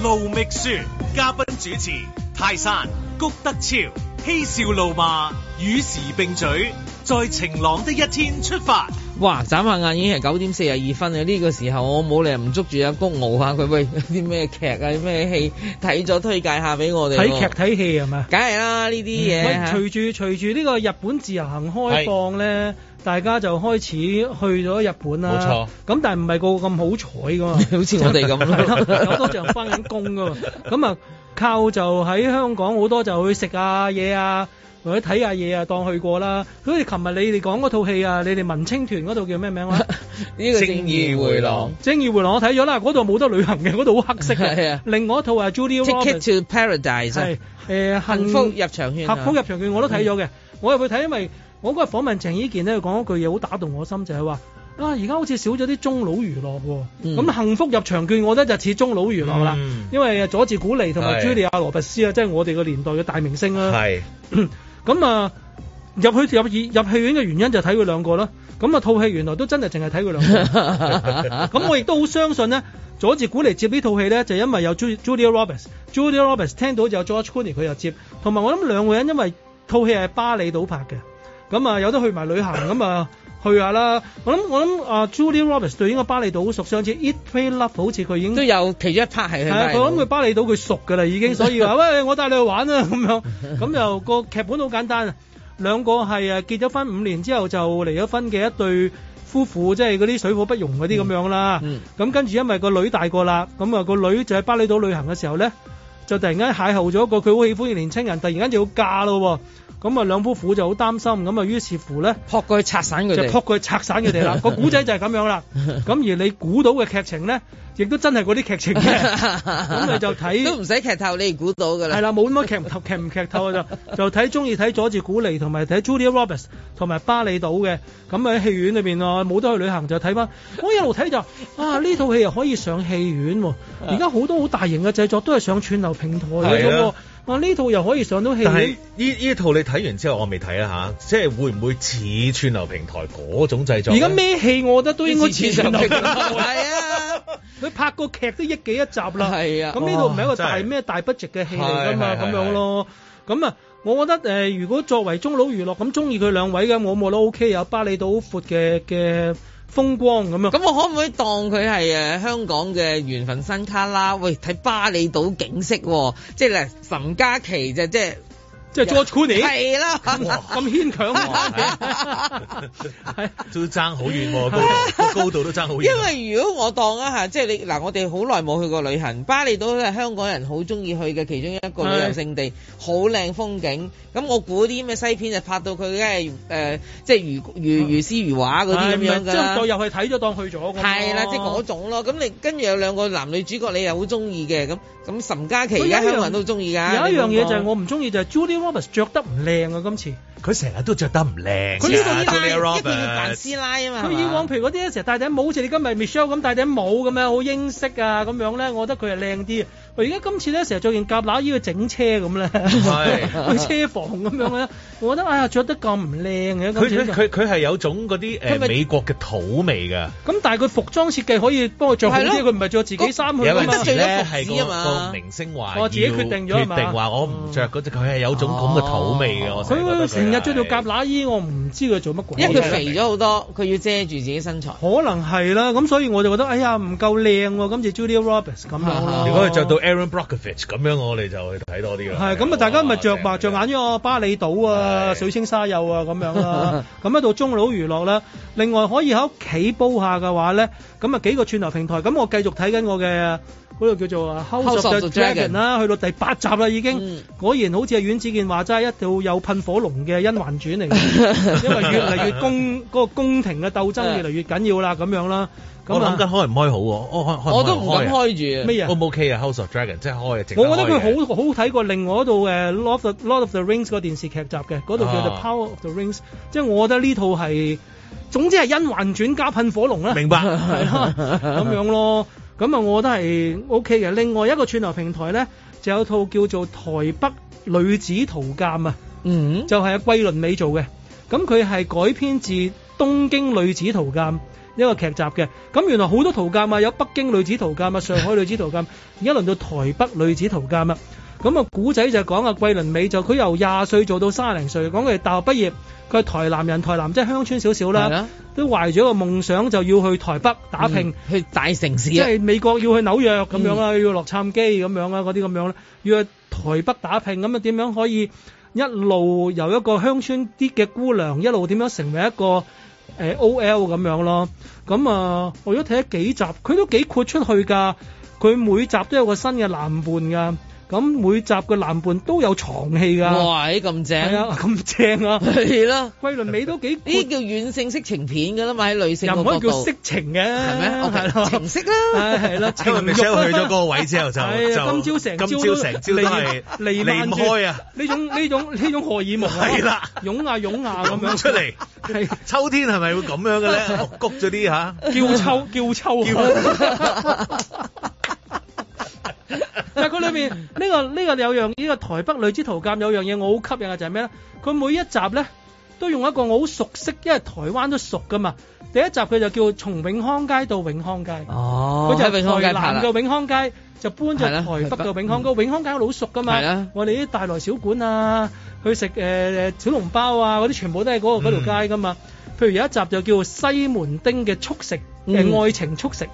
路觅雪，嘉賓主持泰山、谷德超，嬉笑怒罵，與時並舉，在晴朗的一天出發。
哇！眨下眼已經係九點四十二分啦，呢、個時候我冇理由唔捉住阿谷敖下佢，喂 有啲咩劇啊，有咩戲睇咗推介下俾我哋喎。
睇嗯劇睇戲係咪？
梗係啦，呢啲嘢
喂，
嚇
隨住隨住呢個日本自由行開放咧，大家就開始去咗日本啦。冇錯。咁但係唔係個個咁好彩噶嘛？
好似我哋咁咯
係 咯，有好多就翻緊工噶嘛。咁啊，靠就喺香港好多就去食下嘢啊。或者睇下嘢啊，當去過啦。好似琴日你哋講嗰套戲啊，你哋文青團嗰套叫 咩名話？
呢個正義回廊。
正義回廊我睇咗啦，嗰度冇得旅行嘅，嗰度好黑色
係
嘅
啊。
另外一套啊，Julia Roberts。
Ticket to Paradise 啊
係誒
幸福入場券啊嗯
幸福入場券我都睇咗嘅，我入去睇，因為我嗰日訪問鄭伊健咧，佢講一句嘢好打動我心，就係話。啊！而家好似少咗啲中老娛樂喎，咁、
嗯
幸福入場券，我覺得就似中老娛樂啦，
嗯
因為佐治古尼同埋
係
茱莉亞羅拔斯啊，即係我哋個年代嘅大明星啦。
係
咁啊，入去入入戲院嘅原因就睇佢兩個啦。咁啊，套戲原來都真係淨係睇佢兩個。咁我亦都好相信咧，佐治古尼接呢套戲咧，就因為有 Ju- Julia Roberts，Julia Roberts 聽到有 George Clooney 佢又接，同埋我諗兩個人因為套戲係巴厘島拍嘅，咁啊有得去埋旅行，咁啊去下啦。我諗我諗啊，Julie Roberts 對應該巴厘島好熟，上次 Eat Pray Love 好似佢已經
都有其中一 part 係去
係
巴
啊，
厘
佢
島
諗佢巴厘島佢熟㗎啦已經，所 以話喂我帶你去玩啊咁樣，咁又個劇本好簡單啊，兩個係啊結咗婚五年之後就離咗婚嘅一對夫婦，即係嗰啲水火不容嗰啲咁樣啦。咁、
嗯
跟住因為個女大個啦，咁啊個女就喺巴厘島旅行嘅時候咧，就突然間邂逅咗一個佢好喜歡嘅年青人，突然間就要嫁咯喎。咁啊兩夫婦就好擔心，咁啊於是乎咧，
撲過去拆散佢
就
哋，
撲佢拆散佢哋啦。個古仔就係咁樣啦。咁而你估到嘅劇情咧，亦都真係嗰啲 劇情嘅。咁你就睇
都唔使劇透，你哋估到㗎啦。
係啦，冇乜劇唔劇劇唔劇透嘅就就睇中意睇佐治古尼同埋睇 Julia Roberts 同埋巴厘島嘅，咁喺戲院裏邊啊冇得去旅行就睇翻。我一路睇就啊呢套戲又可以上戲院喎，而家好多好大型嘅製作都係上串流平台嗰種
係
喎
啊。
啊呢套又可以上到戲
但係
院
呢。呢套你睇完之後，我未睇啦吓，即係會唔會似串流平台嗰種製作
而
呢？
家咩戲我覺得都應該似上
都似串流平台
係啊，佢拍個劇都億幾一集啦。係
啊
咁呢度唔係一個
哇
大
真係
咩大 budget 嘅戲嚟㗎嘛，
係係
咁樣咯。咁啊，我覺得誒、呃如果作為中佬娛樂咁中意佢兩位嘅，我冇得 OK 有巴厘島闊嘅嘅風光咁樣。
咁我可唔可以當佢係誒香港嘅緣分新卡啦？喂，睇巴厘島景色喎、即係咧，岑嘉琪就即係
即係 George Clooney
係啦，
咁牽強
都爭好遠 喎，高度個高度都爭好 遠。啊
因為如果我當一下，即係你嗱，我哋好耐冇去過旅行，巴厘島都係香港人好中意去嘅其中一個旅遊勝地，好靚風景。咁我估啲咩西片就拍到佢梗係誒，即係如如如詩如畫 嗰啲咁樣㗎
即係
啦
代。入去睇咗當去咗咁咯。
係啦，即係嗰種咯。咁你跟住有兩個男女主角，你又好中意嘅。咁咁岑嘉琪
佢有
而
一
家香港
樣
人都中意㗎。
有一樣
你咁
嘢
講
就係我唔中意就係 Julia Roberts 着得唔靚啊！今次
佢成日都着得唔靚，
佢呢度
啊
要
Julia
一定要扮
Roberts
師奶啊
嗯
嘛。
佢以往譬如嗰啲咧成日戴頂帽，好似你今日 Michelle 咁戴頂帽咁樣，好英式啊咁樣咧，我覺得佢係靚啲。佢而家今次咧成日着件夾乸衣去整車咁咧，去車房咁樣咧， 我覺得哎呀着得咁唔靚
佢
嘅今
佢
次就。
佢佢係有種嗰啲
佢咪
誒美國嘅土味㗎。
咁但係佢服裝設計可以幫佢着好
係
啲，
咯
佢唔係着自己衫去
有
㗎嘛。
陣時咧係個個明星話
啊我自己
要
決定咗啊係嘛哦
決定話我唔着嗰只，佢係有種咁嘅土味嘅。我
佢成日着
到
到夾乸衣，我唔知佢做乜鬼。
因為佢肥咗好多，佢要遮住自己身材。
可能係啦，咁所以我就覺得哎呀唔夠靚喎，今次 Julia Roberts 咁樣咯。
如果佢着到 Aaron Brockovich 咁樣，我哋就去睇多啲啦。哦啊
係咁啊！大家咪着白着眼於我巴厘島啊、水星沙幼啊咁樣 啦。咁喺度中佬娛樂啦，另外可以喺屋企煲下嘅話咧，咁啊幾個串流平台。咁我繼續睇緊我嘅嗰度叫做啊 House
House
of
of
the
the
Dragon 嗯
Dragon
啦，去到第八集啦已經。果然好似阿阮子健話齋，一套有噴火龍嘅《甄嬛傳》嚟 嘅，因為越嚟越宮嗰個宮廷嘅鬥爭越嚟越緊要啦，咁樣啦。咁
我諗
啊
緊開唔開好喎？我開開開
我都唔敢
啊
開住咩啊
O 唔 OK 啊？House of Dragon 即係開啊！值
我覺得
開嘅
佢好好睇過另外一套誒《Lord of the, Lord of the Rings》個電視劇集嘅，嗰度叫做《
啊
Power of the Rings》，即係我覺得呢套係總之係甄嬛傳加噴火龍啦。
明白
係 啦，咁樣咯。咁啊，我覺得係 O K 嘅。另外一個串流平台咧，就有套叫做《台北女子圖鑑》啊，
嗯，
就係阿桂綸鎂做嘅。咁佢係改編自《東京女子圖鑑》一個劇集嘅。咁原來好多圖鑑啊，有北京女子圖鑑啊、上海女子圖鑑， 而家輪到台北女子圖鑑啦。咁啊，古仔就講啊，桂綸鎂就佢由廿歲做到三零歲，講佢係大學畢業，佢係台南人，台南即係鄉村少少
係啊
啦，都懷咗個夢想就要去台北打拼。
嗯去大城市
即
啊，
係美國要去紐約咁樣啦，要去洛杉磯咁樣啦，嗰啲咁樣啦，要去台北打拼咁啊，點樣可以一路由一個鄉村啲嘅姑娘，一路點樣成為一個誒、呃 OL 咁樣咯？咁啊，我都睇咗幾集，佢都幾豁出去㗎。佢每集都有個新嘅男伴㗎，咁每集嘅男伴都有床戲㗎。
哇！咦咁正，
係啊，咁正啊，
係咯，
桂綸鎂都幾
呢啲叫軟性色情片㗎啦嘛，喺女性個
又唔可
角
以叫
度
色情嘅，
係咩？OK，
係咯
情色啦
唉係啦，情
因為
慾
Michelle
啦
去咗嗰個位 之後就
係啊
就
今朝成
今
朝
朝成朝都係
離
離
離
唔開啊！
呢種呢種呢種荷爾蒙啊
係啦，
湧下湧下咁樣
出嚟
係
秋天係咪會咁樣嘅 咧？谷咗啲嚇，
叫抽叫啊抽。 但係佢裏面呢、啊個呢、個有樣呢、個台北女子圖鑑有樣嘢我好吸引嘅就係咩咧？佢每一集咧都用一個我好熟悉，因為台灣都熟噶嘛。第一集佢就叫《從永康街到永康街》，
哦
佢就
喺永康街
台
拍
南
啦
嘅永康街。就搬咗
係啦
台北
台
嘅
北
永康街，永康街好熟噶
係
嘛
啦。
我哋啲大來小館啊，去食誒誒小籠包啊，嗰啲全部都係嗰、個嗰條街噶嘛。譬如有一集就叫做《西門町嘅速食》，誒、
嗯
愛情速食，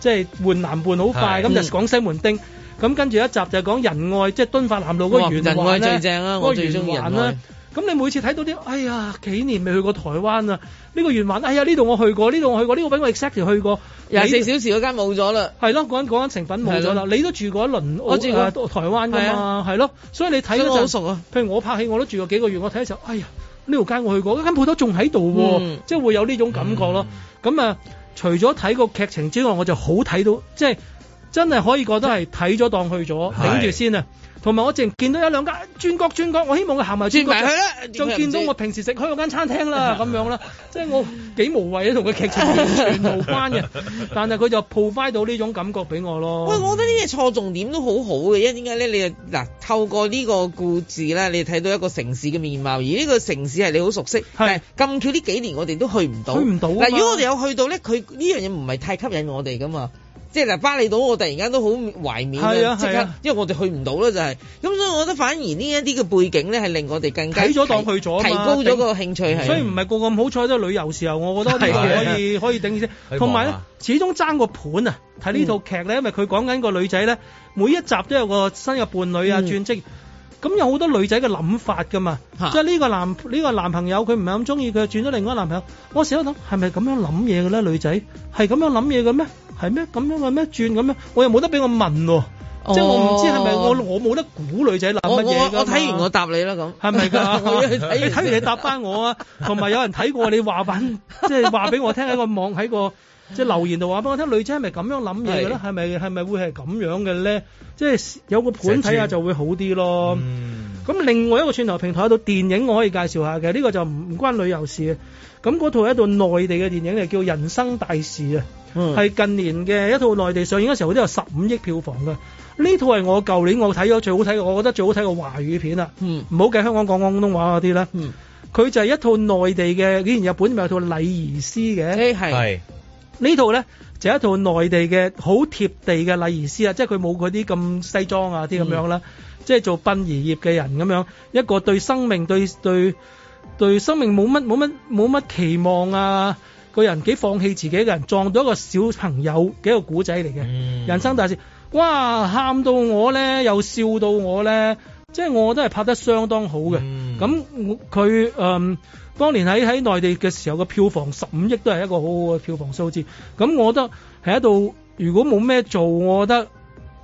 即係換男換好
係
快，咁就講西門町。咁跟住一集就講仁愛，即係敦化南路嗰個
哇
圓環
仁愛
呢
最正啊
嗰
我
個
最鍾意
圓環
仁
啦
愛。
咁你每次睇到啲，哎呀，幾年未去過台灣啊？呢個圓環，哎呀，呢度我去過，呢度我去過，呢個位我 exactly 去過。
廿四
你
小時嗰間冇咗啦，
係咯，嗰間嗰間成品冇咗啦
係咯。
你都住過一輪澳，
我住過
呃台灣
係
㗎嘛
啊，
係咯。所以你睇
所
嗰
以我
陣，
好熟啊。
譬如我拍戲，我都住過幾個月，我睇嘅時候，哎呀，呢條街我去過，間鋪頭仲喺度喎
嗯，
即係會有呢種感覺咯。咁啊，除咗睇個劇情之外，我就好睇到，即係真係可以覺得係睇咗當去咗，
係
頂住先啊。同埋我淨見到一兩間轉角轉角，我希望佢行埋轉角
轉埋去啦
就
點解唔
見到
知
我平時食開嗰間餐 廳啦，咁樣啦，即係我幾無謂啊，同個劇情完全無關 嘅。但係佢就 provide 到呢種感覺俾我咯。
喂，我覺得呢嘢錯重點都好好嘅，因為點解咧？你嗱透過呢個故事咧，你睇到一個城市嘅面貌，而呢個城市係你好熟悉，但係咁巧呢幾年我哋都去唔到，
去唔到啊嘛
嗱，如果我哋有去到咧，佢呢樣嘢唔係太吸引我哋噶嘛。即係嗱，巴厘島我突然間都好懷緬
係啊
即
係
刻
啊，
因為我哋去唔到啦，就係咁，所以我覺得反而呢一啲嘅背景咧，係令我哋更加
睇咗當
提
去咗啊嘛，
提高咗個興趣係。啊
所以唔係個個咁好彩都係旅遊時候，我覺得呢
係
啲
啊
可以可以頂
可
先。
以望下
同埋咧，始終爭個盤啊！睇呢套劇咧，因為佢講緊個女仔咧，每一集都有個新嘅伴侶啊、
嗯
轉職。咁有好多女仔嘅諗法㗎嘛，
嚇
即係呢個男呢、個男朋友佢唔係咁中意佢，轉咗另外一個男朋友。我成日都諗係咪咁樣諗嘢嘅咧？女仔係咁樣諗嘢嘅咩？係咩咁樣嘅咩？轉咁樣，我又冇得俾我問喎、即係我唔知係咪我
哦
我冇得估女仔諗
我
乜嘢㗎
我我
嘛
睇完我答你啦咁，
係咪
我
㗎？
要去
你
睇
睇
完
完你答翻我啊，同埋有人睇過你話翻， 即係話俾我聽喺個網喺個即係留言度話俾我聽，女仔係咪咁樣諗嘢嘅咧？
係
係咪係咪會係咁樣嘅咧？即係有個盤睇下就會好啲咯。
嗯
咁、另外一個串流平台有套電影我可以介紹下嘅，呢、個就唔唔關旅遊事嘅。咁嗰套係一套內地嘅電影，就叫《人生大事》啊，
嗯
係、近年嘅一套內地上映嘅時候，都有十五億票房嘅。呢套係我舊年我睇咗最好睇嘅，我覺得最好睇嘅華語片啊啦。
嗯
唔好計香港講廣東話嗰啲啦。
嗯
佢就係一套內地嘅，以前日本咪有套禮儀師嘅，
係
呢套咧就係一套內地嘅好貼地嘅禮儀師啊，即係佢冇嗰啲咁西裝啊啲咁樣啦，
嗯
即係做殯儀業嘅人咁樣，一個對生命對對對生命冇乜冇乜冇乜期望啊，個人幾放棄自己嘅人，撞到一個小朋友嘅一個古仔嚟嘅，
嗯
人生大事，哇喊到我咧，又笑到我咧，即係我都係拍得相當好嘅。咁我佢誒當年喺喺內地嘅時候嘅票房十五億都係一個好好嘅票房數字。咁我覺得喺一度如果冇咩做，我覺得。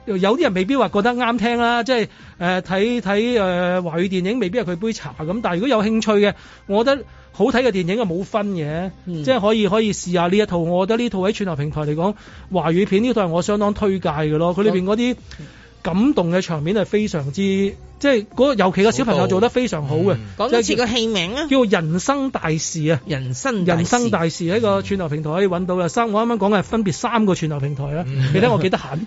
有啲人未必話覺得啱聽啦，即係誒睇睇誒華語電影未必係佢杯茶咁，但係如果有興趣嘅，我覺得好睇嘅電影啊冇分嘅，
嗯
即係可以可以試下呢一套。我覺得呢套喺串流平台嚟講，華語片呢套係我相當推介嘅咯。佢裏邊嗰啲感動嘅場面係非常之，即係嗰個尤其個小朋友做得非常好嗯嘅。
講多次個戲名啊，
叫人生大事啊！
人生
人生大事喺個串流平台可以揾到嘅。三我啱啱講嘅係分別三個串流平台啦。你睇我幾得 閒，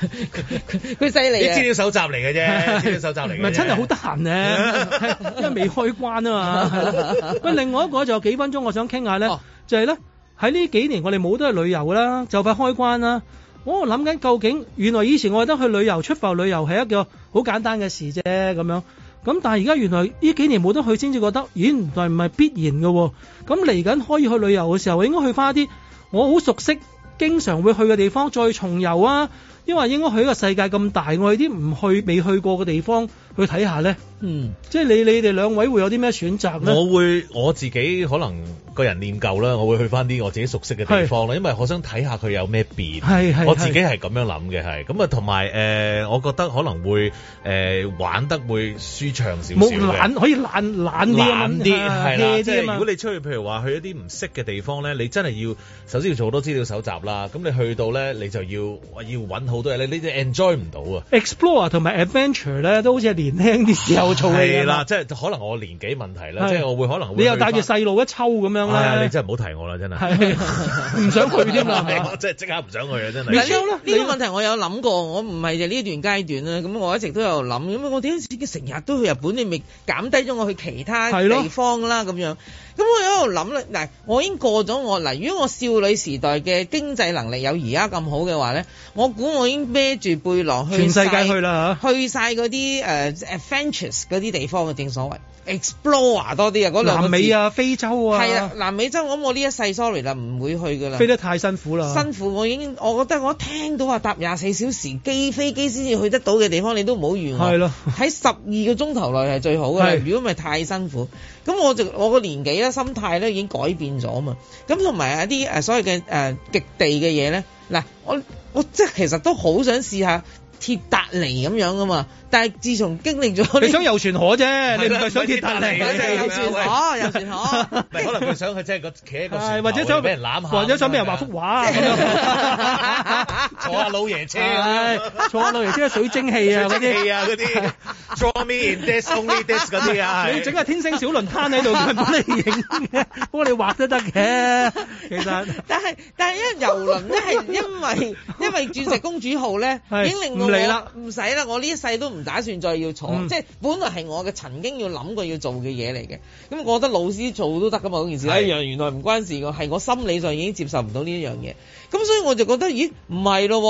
佢犀利啊！
啲資料搜集嚟嘅啫，資料搜集嚟嘅啫。
唔係真係好得閒啊咧， 因為未開關啊嘛。喂，另外一個就有幾分鐘，我想傾下咧，就係咧喺呢幾年我哋冇得去旅遊啦，就快開關啦。我諗緊究竟原來以前我覺得去旅遊出埠旅遊係一個好簡單嘅事啫咁樣。咁但係而家原來呢幾年冇得去，先至覺得咦原來唔係必然嘅喎。咁嚟緊可以去旅遊嘅時候，應該去翻一啲我好熟悉、經常會去嘅地方，再重遊啊。因為應該去一個世界咁大，我去啲唔去、未去過嘅地方去睇下咧。
嗯，
即係你你哋兩位會有啲咩選擇咧？
我會我自己可能個人念舊啦，我會去翻啲我自己熟悉嘅地方啦，因為我想睇下佢有咩變。
係係
我自己係咁樣諗嘅係。咁啊，同埋誒，我覺得可能會誒、呃玩得會舒暢少少
冇
嘅
懶可以懶懶啲啊嘛，
懶啲
啊
係啦，
hea
即
啲啊
係
嘛
如果你出去，譬如話去一啲唔識嘅地方咧，你真係要首先要做好多資料搜集啦。咁你去到咧，你就要哇要揾好多嘢咧，你哋 enjoy 唔到啊。
Explorer 同埋 Adventure 咧，都好似係年輕啲時候做嘅嘢
係啦，
嘛。
即係可能我年紀問題啦，
係
即係我會可能會
你又
去
帶住
返
細路一抽咁
哎
樣
呀
咧，
你真係唔好提我啦， 真係。
係唔想去 添啦。係
係
嘛
我真係即刻唔想去啊，真係。
嗱呢呢個問題我有諗過，我唔係就呢段階段啦，啊咁我一直都有諗，咁我點解成日都去日本？你咪減低咗我去其他
係咯
地方啦咁樣。咁我喺度諗咧，嗱，我已經過咗我嗱，如果我少女時代嘅經濟能力有而家咁好嘅話咧，我估我已經孭住背囊去
全世界
晒
去啦啊
去晒嗰啲誒 adventures 嗰啲地方啊嘅，正所謂 explore 多啲啊，嗰兩個
南
字
美啊、非洲啊，
係啦，南美洲咁我呢一世 sorry 啦，唔會去噶啦。
飛得太辛苦啦。
辛苦，我已經我覺得我一聽到話搭廿四小時機飛機先至去得到嘅地方，你都唔好預我。
係咯，
喺十二個鐘頭內係最好嘅啦
係。
如果唔係太辛苦，咁我就我個年紀咧、心態咧已經改變咗嘛。咁同埋一啲誒所謂嘅誒極地嘅嘢咧，嗱，我我即係其實都好想試下鐵達尼咁樣噶嘛。但係自從經歷咗呢，
你想啊遊船河啫，你唔係想
係啦
鐵達尼，
唔係鐵 達尼
遊船河，遊船河。
唔 係可能佢想佢即係啊個企喺個船頭
係或者想
哦俾人攬下，
或者想俾人畫幅畫咁樣，
坐下老爺車咁樣。
係坐落嚟先水蒸氣啊嗰
水蒸氣
啲
啊嗰啲 Draw me in this only this 嗰啲啊，
你整個天星小輪攤喺度，佢幫你影嘅，幫你畫都得嘅。其實
但係但係因為遊輪咧係因 為因為鑽石公主號咧
係
已經令到
唔理
我
啦
唔使啦，我呢一世都唔打算再要坐，
嗯
即係本來係我嘅曾經要諗過要做嘅嘢嚟嘅。咁我覺得老師做都得噶嘛，嗰件事
係
一樣原來唔關事㗎，係我心理上已經接受唔到呢一樣嘢。咁所以我就覺得，咦唔係咯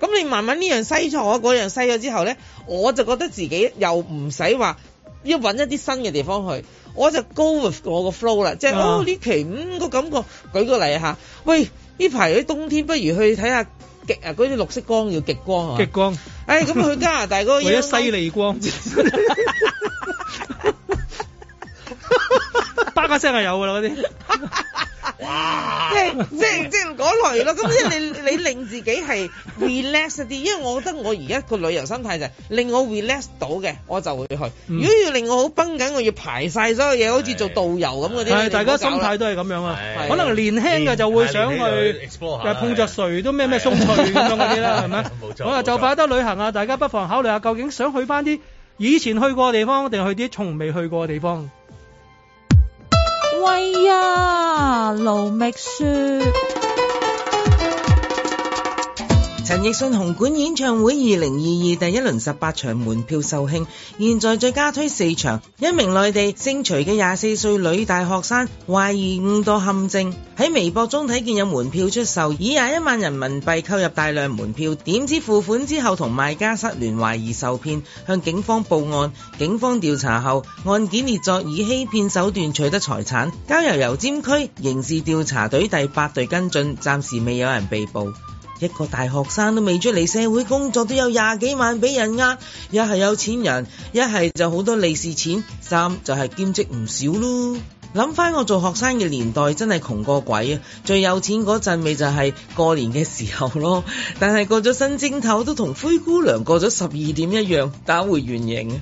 喎，咁你慢慢呢樣西咗，嗰樣西咗之後咧，我就覺得自己又唔使話。要揾一啲新嘅地方去，我就 go with 我個 flow 啦，即係、
啊
哦呢期嗯個感覺，舉個例嚇，喂呢排啲冬天不如去睇下極啊嗰啲綠色光叫極光啊，
極光，
誒咁去加拿大嗰 個
或者
Yellowstone-
犀利光， 巴家聲係有㗎啦嗰啲。
即係即係即係嗰類咯。咁即係你你令自己係 relax 一啲，因為我覺得我而家個旅遊心態就係令我 relax 到嘅，我就會去。
嗯
如果要令我好繃緊，我要排晒所有嘢，好似做導遊咁嗰啲
係
呢，
大家心
態
態都係咁樣啊
係。
可能年輕嘅就會想
係年輕
去
就去 explore 下，
又碰着誰都咩咩鬆脆咁樣嗰 啲啦，係咪？
冇錯
好啊，
冇錯
就快得旅行啊！大家不妨考慮下，究竟想去翻啲以前去過嘅地方，定係去啲從未去過嘅地方？
喂呀，盧覓雪。
陳奕迅紅館演唱會二零二二第一輪十八場門票售罄，現在再加推四場。一名內地姓徐嘅廿四歲女大學生懷疑誤墮陷阱，喺微博中睇見有門票出售，以廿一萬人民幣購入大量門票，點知付款之後同賣家失聯，懷疑受騙，向警方報案。警方調查後，案件列作以欺騙手段取得財產，交由油尖區刑事調查隊第八隊跟進，暫時未有人被捕。一個大學生都未出嚟社會工作，都有廿幾萬俾人呃，一係有錢人，一係就好多利是錢，三就係兼職唔少咯。諗翻我做學生嘅年代，真係窮過鬼啊！最有錢嗰陣咪就係過年嘅時候咯， 但係過咗新正頭都同灰姑娘過咗十二點一樣，打回原形啊！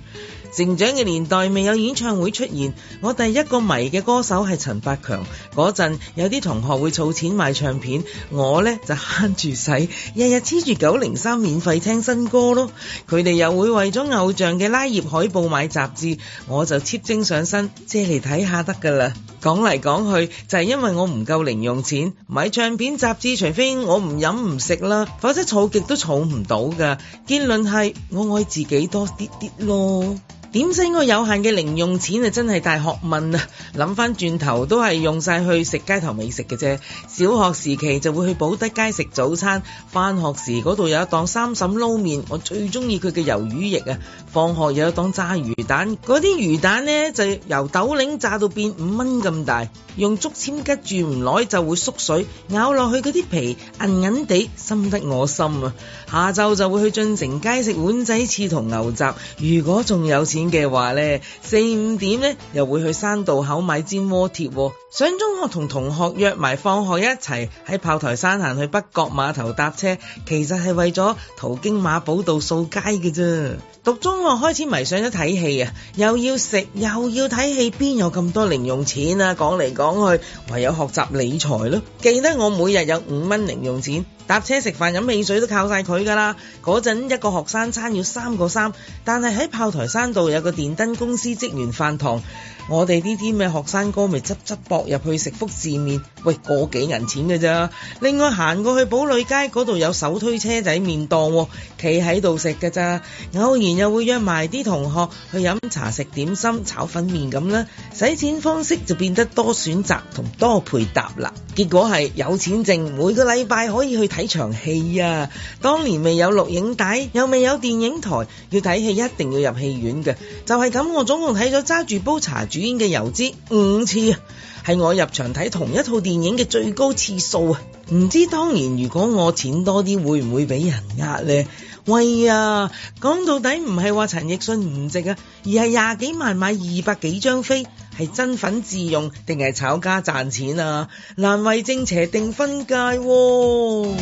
成長嘅年代未有演唱會出現，我第一個迷嘅歌手係陳百強。嗰陣有啲同學會儲錢買唱片，我呢就慳住使，日日黐住九零三免費聽新歌咯。佢哋又會為咗偶像嘅拉頁海報買雜誌，我就貼精上身借嚟睇下得㗎啦。講嚟講去就係因為我唔夠零用錢，買唱片雜誌，除非我唔飲唔食啦，否則儲極都儲唔到㗎。結論係我愛自己多啲啲咯。點使我有限嘅零用錢啊，真係大學問啊！諗翻轉頭都係用晒去食街頭美食嘅啫。小學時期就會去寶德街食早餐，翻學時嗰度有一檔三嬸撈麵，我最中意佢嘅魷魚翼啊。放學有一檔炸魚蛋，嗰啲魚蛋呢就由豆鈴炸到變五蚊咁大，用竹籤拮住唔耐就會縮水，咬落去嗰啲皮銀銀地，深得我心啊！下晝就會去進城街食碗仔翅同牛雜，如果仲有錢嘅話呢，四五點呢又會去山道口買煎鍋貼喎。上中學同同學約埋放學一齊喺炮台山行去北角碼頭搭車，其實係為咗途經馬寶道掃街嘅啫。讀中學開始迷上咗睇戲啊，又要食又要睇戲，邊有咁多零用錢啊？講嚟講去，唯有學習理財咯。記得我每日有五蚊零用錢。搭車食飯飲汽水都靠晒佢㗎啦。嗰陣一個學生餐要三個三，但係喺炮台山道有個電燈公司職員飯堂，我哋呢啲咩學生哥咪執執駁入去食福字麵，喂個幾銀錢㗎咋？另外行過去堡壘街嗰度有手推車仔麵檔喎，企喺度食㗎咋。偶然又會約埋啲同學去飲茶食點心、炒粉麵咁啦。使錢方式就變得多選擇同多配搭啦。結果係有錢剩，每個禮拜可以去睇場戲啊！當年未有錄影帶，又未有電影台，要睇戲一定要入戲院嘅。就係咁，我總共睇咗揸住煲茶煮煙嘅油脂五次啊！係我入場睇同一套電影嘅最高次數啊！唔知當年如果我錢多啲，會唔會俾人呃呢？喂呀，講到底唔係話陳奕迅唔值啊，而係廿幾萬買二百幾張飛，係真粉自用定係炒家賺錢啊？難為正邪定分界喎、